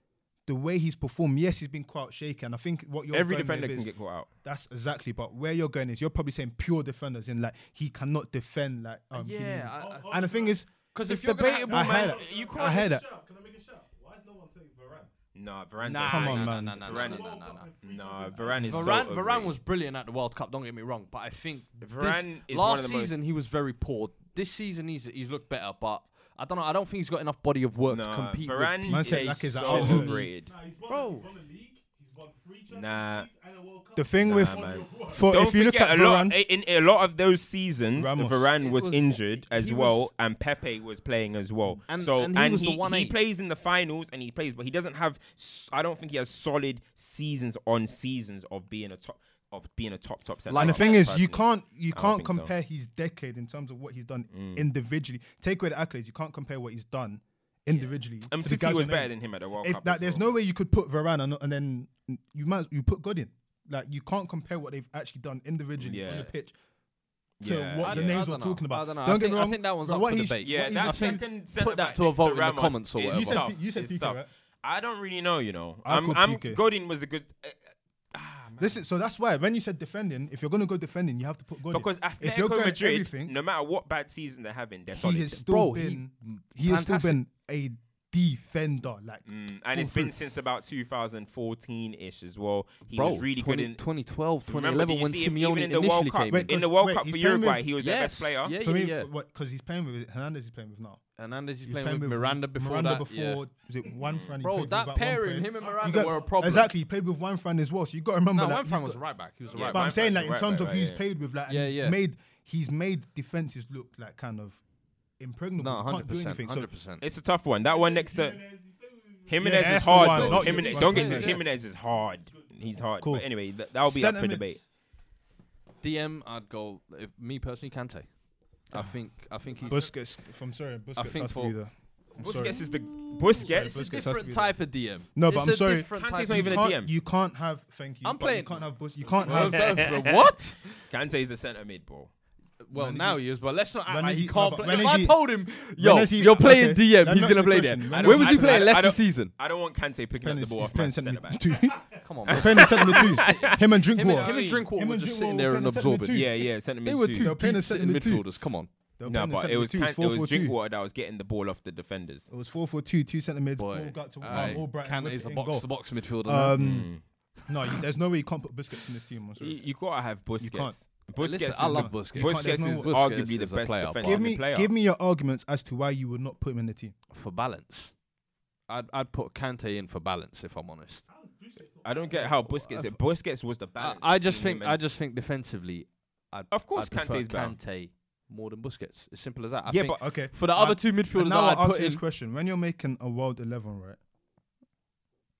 Speaker 1: the way he's performed. Yes, he's been quite shaky, and I think what you're
Speaker 3: Every
Speaker 1: going
Speaker 3: defender
Speaker 1: with
Speaker 3: can
Speaker 1: is,
Speaker 3: get caught out.
Speaker 1: that's exactly. But where you're going is you're probably saying pure defenders in like he cannot defend like um, Kilian.
Speaker 3: Oh,
Speaker 1: and the thing is,
Speaker 2: because
Speaker 1: it's
Speaker 2: if you're
Speaker 1: debatable,
Speaker 2: debatable,
Speaker 1: I heard
Speaker 2: man.
Speaker 1: that.
Speaker 3: You
Speaker 1: I heard that.
Speaker 4: Shout, can I make a shout? Why is no one saying Varane?
Speaker 3: Nah, Varane's
Speaker 1: Nah,
Speaker 3: overrated.
Speaker 1: come on,
Speaker 2: nah,
Speaker 1: man.
Speaker 2: nah, nah, nah,
Speaker 3: Varane
Speaker 2: nah,
Speaker 3: is-
Speaker 2: nah, nah.
Speaker 3: Nah, Varane is so
Speaker 2: Varane, Varane
Speaker 3: overrated.
Speaker 2: was brilliant at the World Cup. Don't get me wrong, but I think this-
Speaker 3: Varane is one
Speaker 2: last
Speaker 3: of the most-
Speaker 2: season he was very poor. This season he's he's looked better, but I don't know. I don't think he's got enough body of work to
Speaker 3: Nah,
Speaker 2: compete.
Speaker 3: Varane
Speaker 2: with
Speaker 1: Man
Speaker 2: Pete.
Speaker 1: said
Speaker 3: is
Speaker 1: Lacazette
Speaker 3: so
Speaker 1: should do it.
Speaker 3: overrated.
Speaker 4: Nah, he's won,
Speaker 2: Bro.
Speaker 4: he's won a league. He's won three Champions
Speaker 3: Nah.
Speaker 4: Leagues and a World Cup.
Speaker 1: the thing
Speaker 3: Nah,
Speaker 1: with
Speaker 3: man.
Speaker 1: for
Speaker 3: Don't
Speaker 1: if you look
Speaker 3: forget
Speaker 1: at
Speaker 3: a lot
Speaker 1: Varane,
Speaker 3: in in a lot of those seasons,
Speaker 1: Ramos.
Speaker 3: Varane
Speaker 2: It
Speaker 3: was,
Speaker 2: was-
Speaker 3: injured as
Speaker 2: he
Speaker 3: well,
Speaker 2: was-
Speaker 3: and Pepe was playing as well.
Speaker 2: And-
Speaker 3: so
Speaker 2: and he was the
Speaker 3: he,
Speaker 2: one eight.
Speaker 3: plays in the finals and he plays, but he doesn't have. s- I don't think he has solid seasons on seasons of being a top of being a top top centre.
Speaker 1: and the
Speaker 3: half,
Speaker 1: thing is, you
Speaker 3: personally.
Speaker 1: can't you
Speaker 3: I don't
Speaker 1: can't
Speaker 3: think so. Mm.
Speaker 1: compare his decade in terms of what he's done individually. Take away the accolades, you can't compare what he's done individually. to
Speaker 3: And
Speaker 1: the
Speaker 3: City
Speaker 1: guys
Speaker 3: was
Speaker 1: on
Speaker 3: better
Speaker 1: it.
Speaker 3: than him at the World
Speaker 1: If
Speaker 3: Cup.
Speaker 1: that,
Speaker 3: as
Speaker 1: there's
Speaker 3: well.
Speaker 1: no way you could put Varane and, and then you might you put Godin. Like you can't compare what they've actually done individually on
Speaker 3: Yeah.
Speaker 1: the pitch to
Speaker 3: Yeah,
Speaker 1: what
Speaker 2: I
Speaker 1: the
Speaker 2: don't-
Speaker 3: yeah.
Speaker 2: I
Speaker 1: names we're
Speaker 2: don't know.
Speaker 1: talking
Speaker 2: I
Speaker 1: about.
Speaker 2: don't know. I
Speaker 1: get
Speaker 2: think-
Speaker 1: me
Speaker 2: I
Speaker 1: wrong,
Speaker 2: think that one's
Speaker 1: but
Speaker 2: up
Speaker 1: what
Speaker 2: for
Speaker 1: he's-
Speaker 2: debate.
Speaker 1: what
Speaker 3: Yeah,
Speaker 1: he's
Speaker 3: that
Speaker 1: achieved-
Speaker 3: second
Speaker 2: Put that
Speaker 3: centre-back
Speaker 2: to a
Speaker 3: next
Speaker 2: vote in the
Speaker 3: Ramos
Speaker 2: comments or
Speaker 3: is
Speaker 2: whatever. You said
Speaker 3: tough.
Speaker 1: P- you said
Speaker 3: It's
Speaker 1: Pique,
Speaker 3: tough.
Speaker 1: right?
Speaker 3: I don't really know, you know.
Speaker 1: I
Speaker 3: I'm,
Speaker 1: call
Speaker 3: I'm
Speaker 1: Pique.
Speaker 3: Godin was a good. Uh, ah, man.
Speaker 1: This is, so that's why when you said defending, if you're going to go defending, you have to put Godin.
Speaker 3: because
Speaker 1: if you're
Speaker 3: Atletico
Speaker 1: going
Speaker 3: Madrid,
Speaker 1: everything,
Speaker 3: no matter what bad season they're having, they're solid.
Speaker 1: he has still
Speaker 2: Bro, he-
Speaker 1: been he, has still been a defender. Like
Speaker 3: Mm, and it's
Speaker 1: full
Speaker 3: been
Speaker 1: through.
Speaker 3: since about 2014-ish as well. He
Speaker 2: Bro,
Speaker 3: was really
Speaker 2: 20
Speaker 3: good in
Speaker 2: 2012,
Speaker 3: Remember, did
Speaker 2: 2011
Speaker 3: you
Speaker 2: when
Speaker 3: see him
Speaker 2: Simeone
Speaker 3: even in the
Speaker 2: initially
Speaker 3: World Cup?
Speaker 2: came.
Speaker 1: Wait,
Speaker 3: in
Speaker 1: because-
Speaker 3: the World
Speaker 1: wait,
Speaker 3: Cup
Speaker 1: he's
Speaker 3: for
Speaker 1: playing with-
Speaker 3: Uruguay. He was their
Speaker 2: Yes,
Speaker 3: best player.
Speaker 2: Yeah,
Speaker 1: for
Speaker 2: yeah,
Speaker 1: me,
Speaker 2: yeah.
Speaker 1: because he's playing with Hernandez. He's playing with now.
Speaker 2: Hernandez is
Speaker 1: He's
Speaker 2: playing with Miranda before
Speaker 1: Miranda
Speaker 2: that.
Speaker 1: Before,
Speaker 2: yeah.
Speaker 1: Was it one friend?
Speaker 2: Bro, that pairing, him and Miranda were a problem.
Speaker 1: Exactly, he played with one friend as well. So you got to remember
Speaker 2: No,
Speaker 1: that.
Speaker 2: one
Speaker 1: he's
Speaker 2: fan was
Speaker 1: got-
Speaker 2: a right back. He was a
Speaker 3: Yeah,
Speaker 2: right
Speaker 1: but I'm
Speaker 2: back.
Speaker 3: back,
Speaker 1: saying,
Speaker 3: right
Speaker 1: like
Speaker 3: back,
Speaker 1: in terms
Speaker 3: right
Speaker 1: of
Speaker 3: back,
Speaker 1: who's
Speaker 3: yeah.
Speaker 1: played with, like, and
Speaker 2: Yeah,
Speaker 1: he's
Speaker 2: yeah.
Speaker 1: made he's made defenses look like kind of impregnable.
Speaker 2: No,
Speaker 1: You can't
Speaker 2: hundred
Speaker 1: do
Speaker 2: percent,
Speaker 1: anything. So
Speaker 2: hundred percent.
Speaker 3: It's a tough one. That one next to
Speaker 4: Jimenez, he's playing with-
Speaker 3: Jimenez
Speaker 1: Yeah,
Speaker 3: is
Speaker 1: that's the
Speaker 3: hard.
Speaker 1: one.
Speaker 3: though.
Speaker 1: Not
Speaker 3: Jimenez,
Speaker 1: you.
Speaker 3: don't get me.
Speaker 1: Yeah.
Speaker 3: Jimenez is hard. He's hard.
Speaker 1: Cool.
Speaker 3: But anyway, th- that'll be up for
Speaker 1: Centre-mids.
Speaker 3: debate.
Speaker 2: DM, I'd go. If me personally, Kante. I think. I think he's.
Speaker 1: Busquets, if I'm sorry, Busquets
Speaker 2: think
Speaker 1: has to
Speaker 2: for-
Speaker 1: be there. I'm sorry.
Speaker 3: Busquets is the
Speaker 2: It's
Speaker 3: Busquets.
Speaker 2: a
Speaker 1: Busquets has to
Speaker 2: different
Speaker 1: be
Speaker 2: type of DM.
Speaker 1: No, but
Speaker 2: It's
Speaker 1: I'm
Speaker 2: a
Speaker 1: sorry.
Speaker 2: different
Speaker 3: Kante's
Speaker 2: type
Speaker 3: not
Speaker 2: of
Speaker 3: even a
Speaker 1: You can't-
Speaker 3: DM.
Speaker 1: You can't have. Thank you.
Speaker 2: I'm
Speaker 1: but
Speaker 2: playing-
Speaker 1: You can't have Bus. You can't
Speaker 2: Well,
Speaker 1: have.
Speaker 2: that- what?
Speaker 3: Kante is a centre mid, bro.
Speaker 2: Well,
Speaker 1: When is
Speaker 2: now he is, but let's not act
Speaker 1: when
Speaker 2: like
Speaker 1: is
Speaker 2: he
Speaker 1: he- no,
Speaker 2: can't.
Speaker 1: but
Speaker 2: play.
Speaker 1: when
Speaker 2: If
Speaker 1: is
Speaker 2: I
Speaker 1: he-
Speaker 2: told him, yo,
Speaker 1: when is he-
Speaker 2: you're playing
Speaker 1: okay, let
Speaker 2: DM,
Speaker 1: me ask
Speaker 2: he's gonna
Speaker 1: you a
Speaker 2: play
Speaker 1: question.
Speaker 2: DM.
Speaker 1: When
Speaker 2: Where
Speaker 1: is-
Speaker 2: was
Speaker 1: I
Speaker 2: he
Speaker 1: don't-
Speaker 2: playing
Speaker 3: I- I
Speaker 2: last
Speaker 3: don't-
Speaker 2: season?
Speaker 3: I don't want Kante picking up
Speaker 1: Playing
Speaker 3: the
Speaker 1: is-
Speaker 3: ball
Speaker 1: he's
Speaker 3: off my
Speaker 1: playing centre
Speaker 3: centre
Speaker 1: mid
Speaker 3: back.
Speaker 1: too.
Speaker 2: Come on,
Speaker 1: He's
Speaker 2: man.
Speaker 1: playing the centre mid too. Him and
Speaker 2: Him and, him
Speaker 1: Drinkwater.
Speaker 2: and Drinkwater
Speaker 1: Him
Speaker 2: were
Speaker 1: and Drinkwater
Speaker 2: just sitting
Speaker 1: were
Speaker 2: there
Speaker 1: playing
Speaker 2: and
Speaker 1: the centre mid
Speaker 2: absorbing.
Speaker 1: too.
Speaker 3: Yeah, yeah, centre mid.
Speaker 2: They were
Speaker 3: too.
Speaker 1: They
Speaker 2: two
Speaker 1: were playing
Speaker 2: deep
Speaker 1: the
Speaker 2: sitting
Speaker 1: centre mid too.
Speaker 2: midfielders. Come on.
Speaker 1: They were
Speaker 3: No,
Speaker 1: playing the
Speaker 3: but it
Speaker 1: centre mid
Speaker 3: was
Speaker 1: too. It
Speaker 3: Kan- it was
Speaker 1: 4-4-2.
Speaker 3: Drinkwater that was getting the ball off the defenders.
Speaker 1: It was 4 4 2, two centre mids, all
Speaker 2: Boy,
Speaker 1: got to
Speaker 2: aye,
Speaker 1: one, all Brighton.
Speaker 2: Kante
Speaker 1: whipped
Speaker 2: is a
Speaker 1: it in
Speaker 2: box
Speaker 1: goal.
Speaker 2: to box midfielder.
Speaker 1: Um,
Speaker 2: man.
Speaker 1: no, you- there's no way you can't put biscuits in this team. I'm sorry.
Speaker 3: You, you gotta have Busquets.
Speaker 1: can't.
Speaker 3: Busquets
Speaker 2: Listen,
Speaker 3: is
Speaker 2: I love
Speaker 3: the,
Speaker 2: Busquets.
Speaker 1: Busquets
Speaker 3: Busquets
Speaker 1: is
Speaker 3: is
Speaker 2: Busquets
Speaker 3: arguably
Speaker 2: is
Speaker 3: the
Speaker 2: a
Speaker 3: best
Speaker 2: player, but-
Speaker 3: defender.
Speaker 1: give me,
Speaker 3: player.
Speaker 1: give me your arguments as to why you would not put him in the team.
Speaker 2: Hmm. for balance. I'd I'd put Kante in for balance if I'm honest.
Speaker 3: I don't get how Busquets. If Busquets was the
Speaker 2: I,
Speaker 3: balance.
Speaker 2: I just
Speaker 3: between
Speaker 2: think
Speaker 3: him
Speaker 2: I
Speaker 3: and-
Speaker 2: just think defensively, I'd,
Speaker 3: Of course
Speaker 2: I'd prefer
Speaker 3: Kante is better.
Speaker 2: Kante more than Busquets. As simple as that. I
Speaker 3: yeah,
Speaker 2: think
Speaker 3: but
Speaker 1: Okay.
Speaker 2: for the
Speaker 1: I-
Speaker 2: other two
Speaker 1: And
Speaker 2: midfielders,
Speaker 1: now
Speaker 2: I'd
Speaker 1: I'll
Speaker 2: put
Speaker 1: answer this
Speaker 2: in.
Speaker 1: question. When you're making a world 11, right?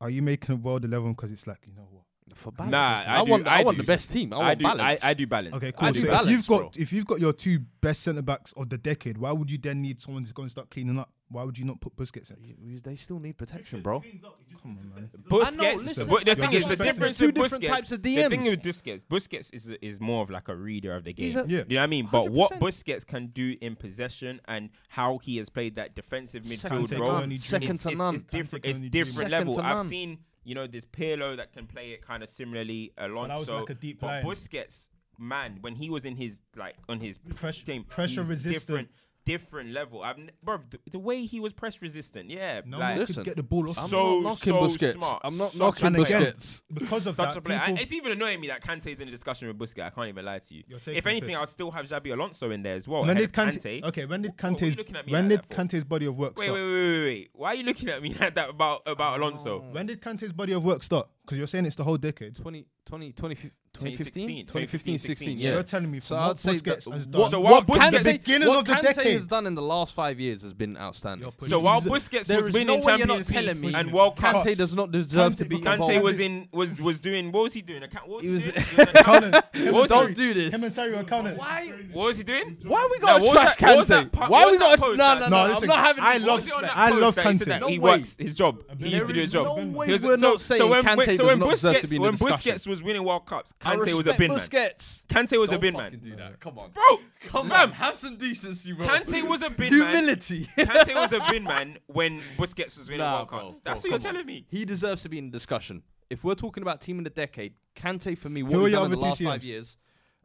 Speaker 1: Are you making a world 11 because it's like, you know what?
Speaker 2: For balance,
Speaker 3: Nah, I
Speaker 2: I,
Speaker 3: do-
Speaker 2: want I,
Speaker 3: I
Speaker 2: want
Speaker 3: do.
Speaker 2: the best team. I want
Speaker 3: I do, I,
Speaker 2: balance.
Speaker 3: I do balance.
Speaker 1: Okay,
Speaker 3: I
Speaker 1: cool.
Speaker 2: do
Speaker 3: do
Speaker 1: So
Speaker 3: balance.
Speaker 1: if you've
Speaker 2: bro.
Speaker 1: got if you've got your two best centre backs of the decade, why would you then need someone who's going to start cleaning up? Why would you not put Busquets in?
Speaker 2: You- you- They still need protection, bro.
Speaker 4: Cleans up, he just intercepts.
Speaker 3: Busquets,
Speaker 2: I know, listen,
Speaker 3: but the
Speaker 1: you're
Speaker 3: thing is, the
Speaker 1: disrespecting
Speaker 3: difference
Speaker 2: two
Speaker 3: with
Speaker 2: different
Speaker 3: Busquets,
Speaker 2: types of
Speaker 3: the thing
Speaker 2: DMs.
Speaker 3: with Busquets, Busquets is is more of like a reader of the game.
Speaker 2: He's a-
Speaker 1: Yeah.
Speaker 3: You know what I mean? But what
Speaker 2: 100%.
Speaker 3: Busquets can do in possession and how he has played that defensive midfield
Speaker 1: to
Speaker 3: role,
Speaker 1: none.
Speaker 3: is-
Speaker 2: Second
Speaker 3: is,
Speaker 2: to none.
Speaker 3: is
Speaker 1: Kante
Speaker 3: different.
Speaker 1: can
Speaker 3: It's
Speaker 1: only dream.
Speaker 3: different
Speaker 2: Second
Speaker 3: level.
Speaker 2: to
Speaker 3: I've
Speaker 2: none.
Speaker 3: seen, you know, there's Pirlo that can play it kind of similarly. Alonso,
Speaker 1: was like a deep
Speaker 3: but
Speaker 1: line.
Speaker 3: Busquets, man, when he was in his like on his
Speaker 1: Press-
Speaker 3: game,
Speaker 1: pressure
Speaker 3: he's
Speaker 1: resistant.
Speaker 3: different, different level. I've, n- bruv, the, the way he was press resistant, yeah,
Speaker 1: No
Speaker 3: like,
Speaker 1: one
Speaker 2: Listen,
Speaker 1: could get the ball off.
Speaker 2: I'm
Speaker 1: him.
Speaker 3: So,
Speaker 2: not knocking
Speaker 3: so
Speaker 2: Busquets.
Speaker 3: smart.
Speaker 2: I'm not
Speaker 3: Such
Speaker 2: knocking
Speaker 1: a player.
Speaker 2: Busquets.
Speaker 1: because of
Speaker 3: such
Speaker 1: that,
Speaker 3: a player. And
Speaker 1: people-
Speaker 3: it's even annoying me that Kante's in the discussion with Busquets. I can't even lie to you.
Speaker 1: You're taking
Speaker 3: If
Speaker 1: the
Speaker 3: anything,
Speaker 1: piss.
Speaker 3: I'll still have Xabi Alonso in there as well.
Speaker 1: when
Speaker 3: ahead
Speaker 1: did
Speaker 3: of
Speaker 1: Kante, Okay, when did
Speaker 3: What- what are you
Speaker 1: Kante's
Speaker 3: looking at me
Speaker 1: when
Speaker 3: like
Speaker 1: did
Speaker 3: that for?
Speaker 1: Kante's body of work
Speaker 3: Wait,
Speaker 1: start? Oh.
Speaker 3: wait, wait, wait, wait. Why are you looking at me like that about about Alonso?
Speaker 1: When did Kante's body of work start? Because you're saying it's the whole decade.
Speaker 2: 20, 20, 20,
Speaker 3: 2016,
Speaker 2: 2015, 16,
Speaker 1: So
Speaker 2: yeah.
Speaker 1: you're telling me
Speaker 2: So
Speaker 1: from
Speaker 2: I'd
Speaker 1: what
Speaker 2: say that
Speaker 1: Busquets has
Speaker 2: what,
Speaker 1: done.
Speaker 3: So
Speaker 2: what,
Speaker 3: while
Speaker 2: Kante,
Speaker 3: Busquets-
Speaker 1: beginning
Speaker 2: what
Speaker 1: of the
Speaker 2: Kante has
Speaker 1: decade.
Speaker 2: done in the last five years has been outstanding.
Speaker 1: You're pushing-
Speaker 3: So while Busquets
Speaker 2: There
Speaker 3: was
Speaker 2: is
Speaker 3: winning
Speaker 2: no way you're not
Speaker 3: Champions
Speaker 2: telling
Speaker 3: League
Speaker 2: me
Speaker 3: and World Cup,
Speaker 2: Kante does not deserve
Speaker 1: Kante
Speaker 2: to be
Speaker 1: because-
Speaker 2: involved.
Speaker 3: Kante was in was was doing what was he doing? Account what was
Speaker 2: He
Speaker 3: he,
Speaker 2: was-
Speaker 3: doing? He was an account-
Speaker 1: Conan, him and
Speaker 3: was-
Speaker 1: Sarri-
Speaker 2: Don't do this.
Speaker 1: Him and Sarri were Conan.
Speaker 2: Why?
Speaker 3: what was he doing?
Speaker 2: Why we
Speaker 3: No,
Speaker 2: got to
Speaker 3: what was
Speaker 2: trash
Speaker 3: that- what was that
Speaker 2: Kante?
Speaker 3: po-
Speaker 2: Why
Speaker 3: what
Speaker 2: we
Speaker 3: was
Speaker 2: got
Speaker 3: that
Speaker 2: to?
Speaker 3: post
Speaker 2: No,
Speaker 3: that-
Speaker 2: no,
Speaker 1: No,
Speaker 2: no. I'm
Speaker 1: listen,
Speaker 2: not having.
Speaker 1: I
Speaker 2: it.
Speaker 1: love
Speaker 3: Was it on that
Speaker 1: I
Speaker 3: post
Speaker 1: love
Speaker 3: that he said
Speaker 1: Kante.
Speaker 3: that
Speaker 2: No
Speaker 3: he
Speaker 2: way.
Speaker 3: works his job.
Speaker 1: There
Speaker 3: He used to do a
Speaker 2: is
Speaker 3: job.
Speaker 2: no way
Speaker 3: He was-
Speaker 2: we're
Speaker 3: so-
Speaker 2: not saying
Speaker 3: so when,
Speaker 2: Kante
Speaker 3: wait, so
Speaker 2: does
Speaker 3: when
Speaker 2: not deserve
Speaker 3: Busquets,
Speaker 2: to be in the
Speaker 3: when
Speaker 2: discussion.
Speaker 3: Busquets was winning World Cups,
Speaker 2: I
Speaker 3: Kante was a
Speaker 2: respect
Speaker 3: bin man.
Speaker 2: Busquets.
Speaker 3: Kante was a
Speaker 2: Don't
Speaker 3: bin
Speaker 2: fucking
Speaker 3: man.
Speaker 2: do that. Come on,
Speaker 3: Bro,
Speaker 2: Come
Speaker 3: Fam,
Speaker 2: on, have some decency, bro.
Speaker 3: Kante was a bin man.
Speaker 2: Humility.
Speaker 3: Kante was a bin man when Busquets was winning
Speaker 2: Nah,
Speaker 3: World
Speaker 2: bro, bro,
Speaker 3: Cups. That's what you're
Speaker 2: come on.
Speaker 3: telling me.
Speaker 2: He deserves to be in the discussion. If we're talking about team in the decade, Kante for me,
Speaker 1: Who
Speaker 2: what
Speaker 1: are
Speaker 2: he's
Speaker 1: your
Speaker 2: done in the
Speaker 1: other two
Speaker 2: last five
Speaker 1: CMs?
Speaker 2: years,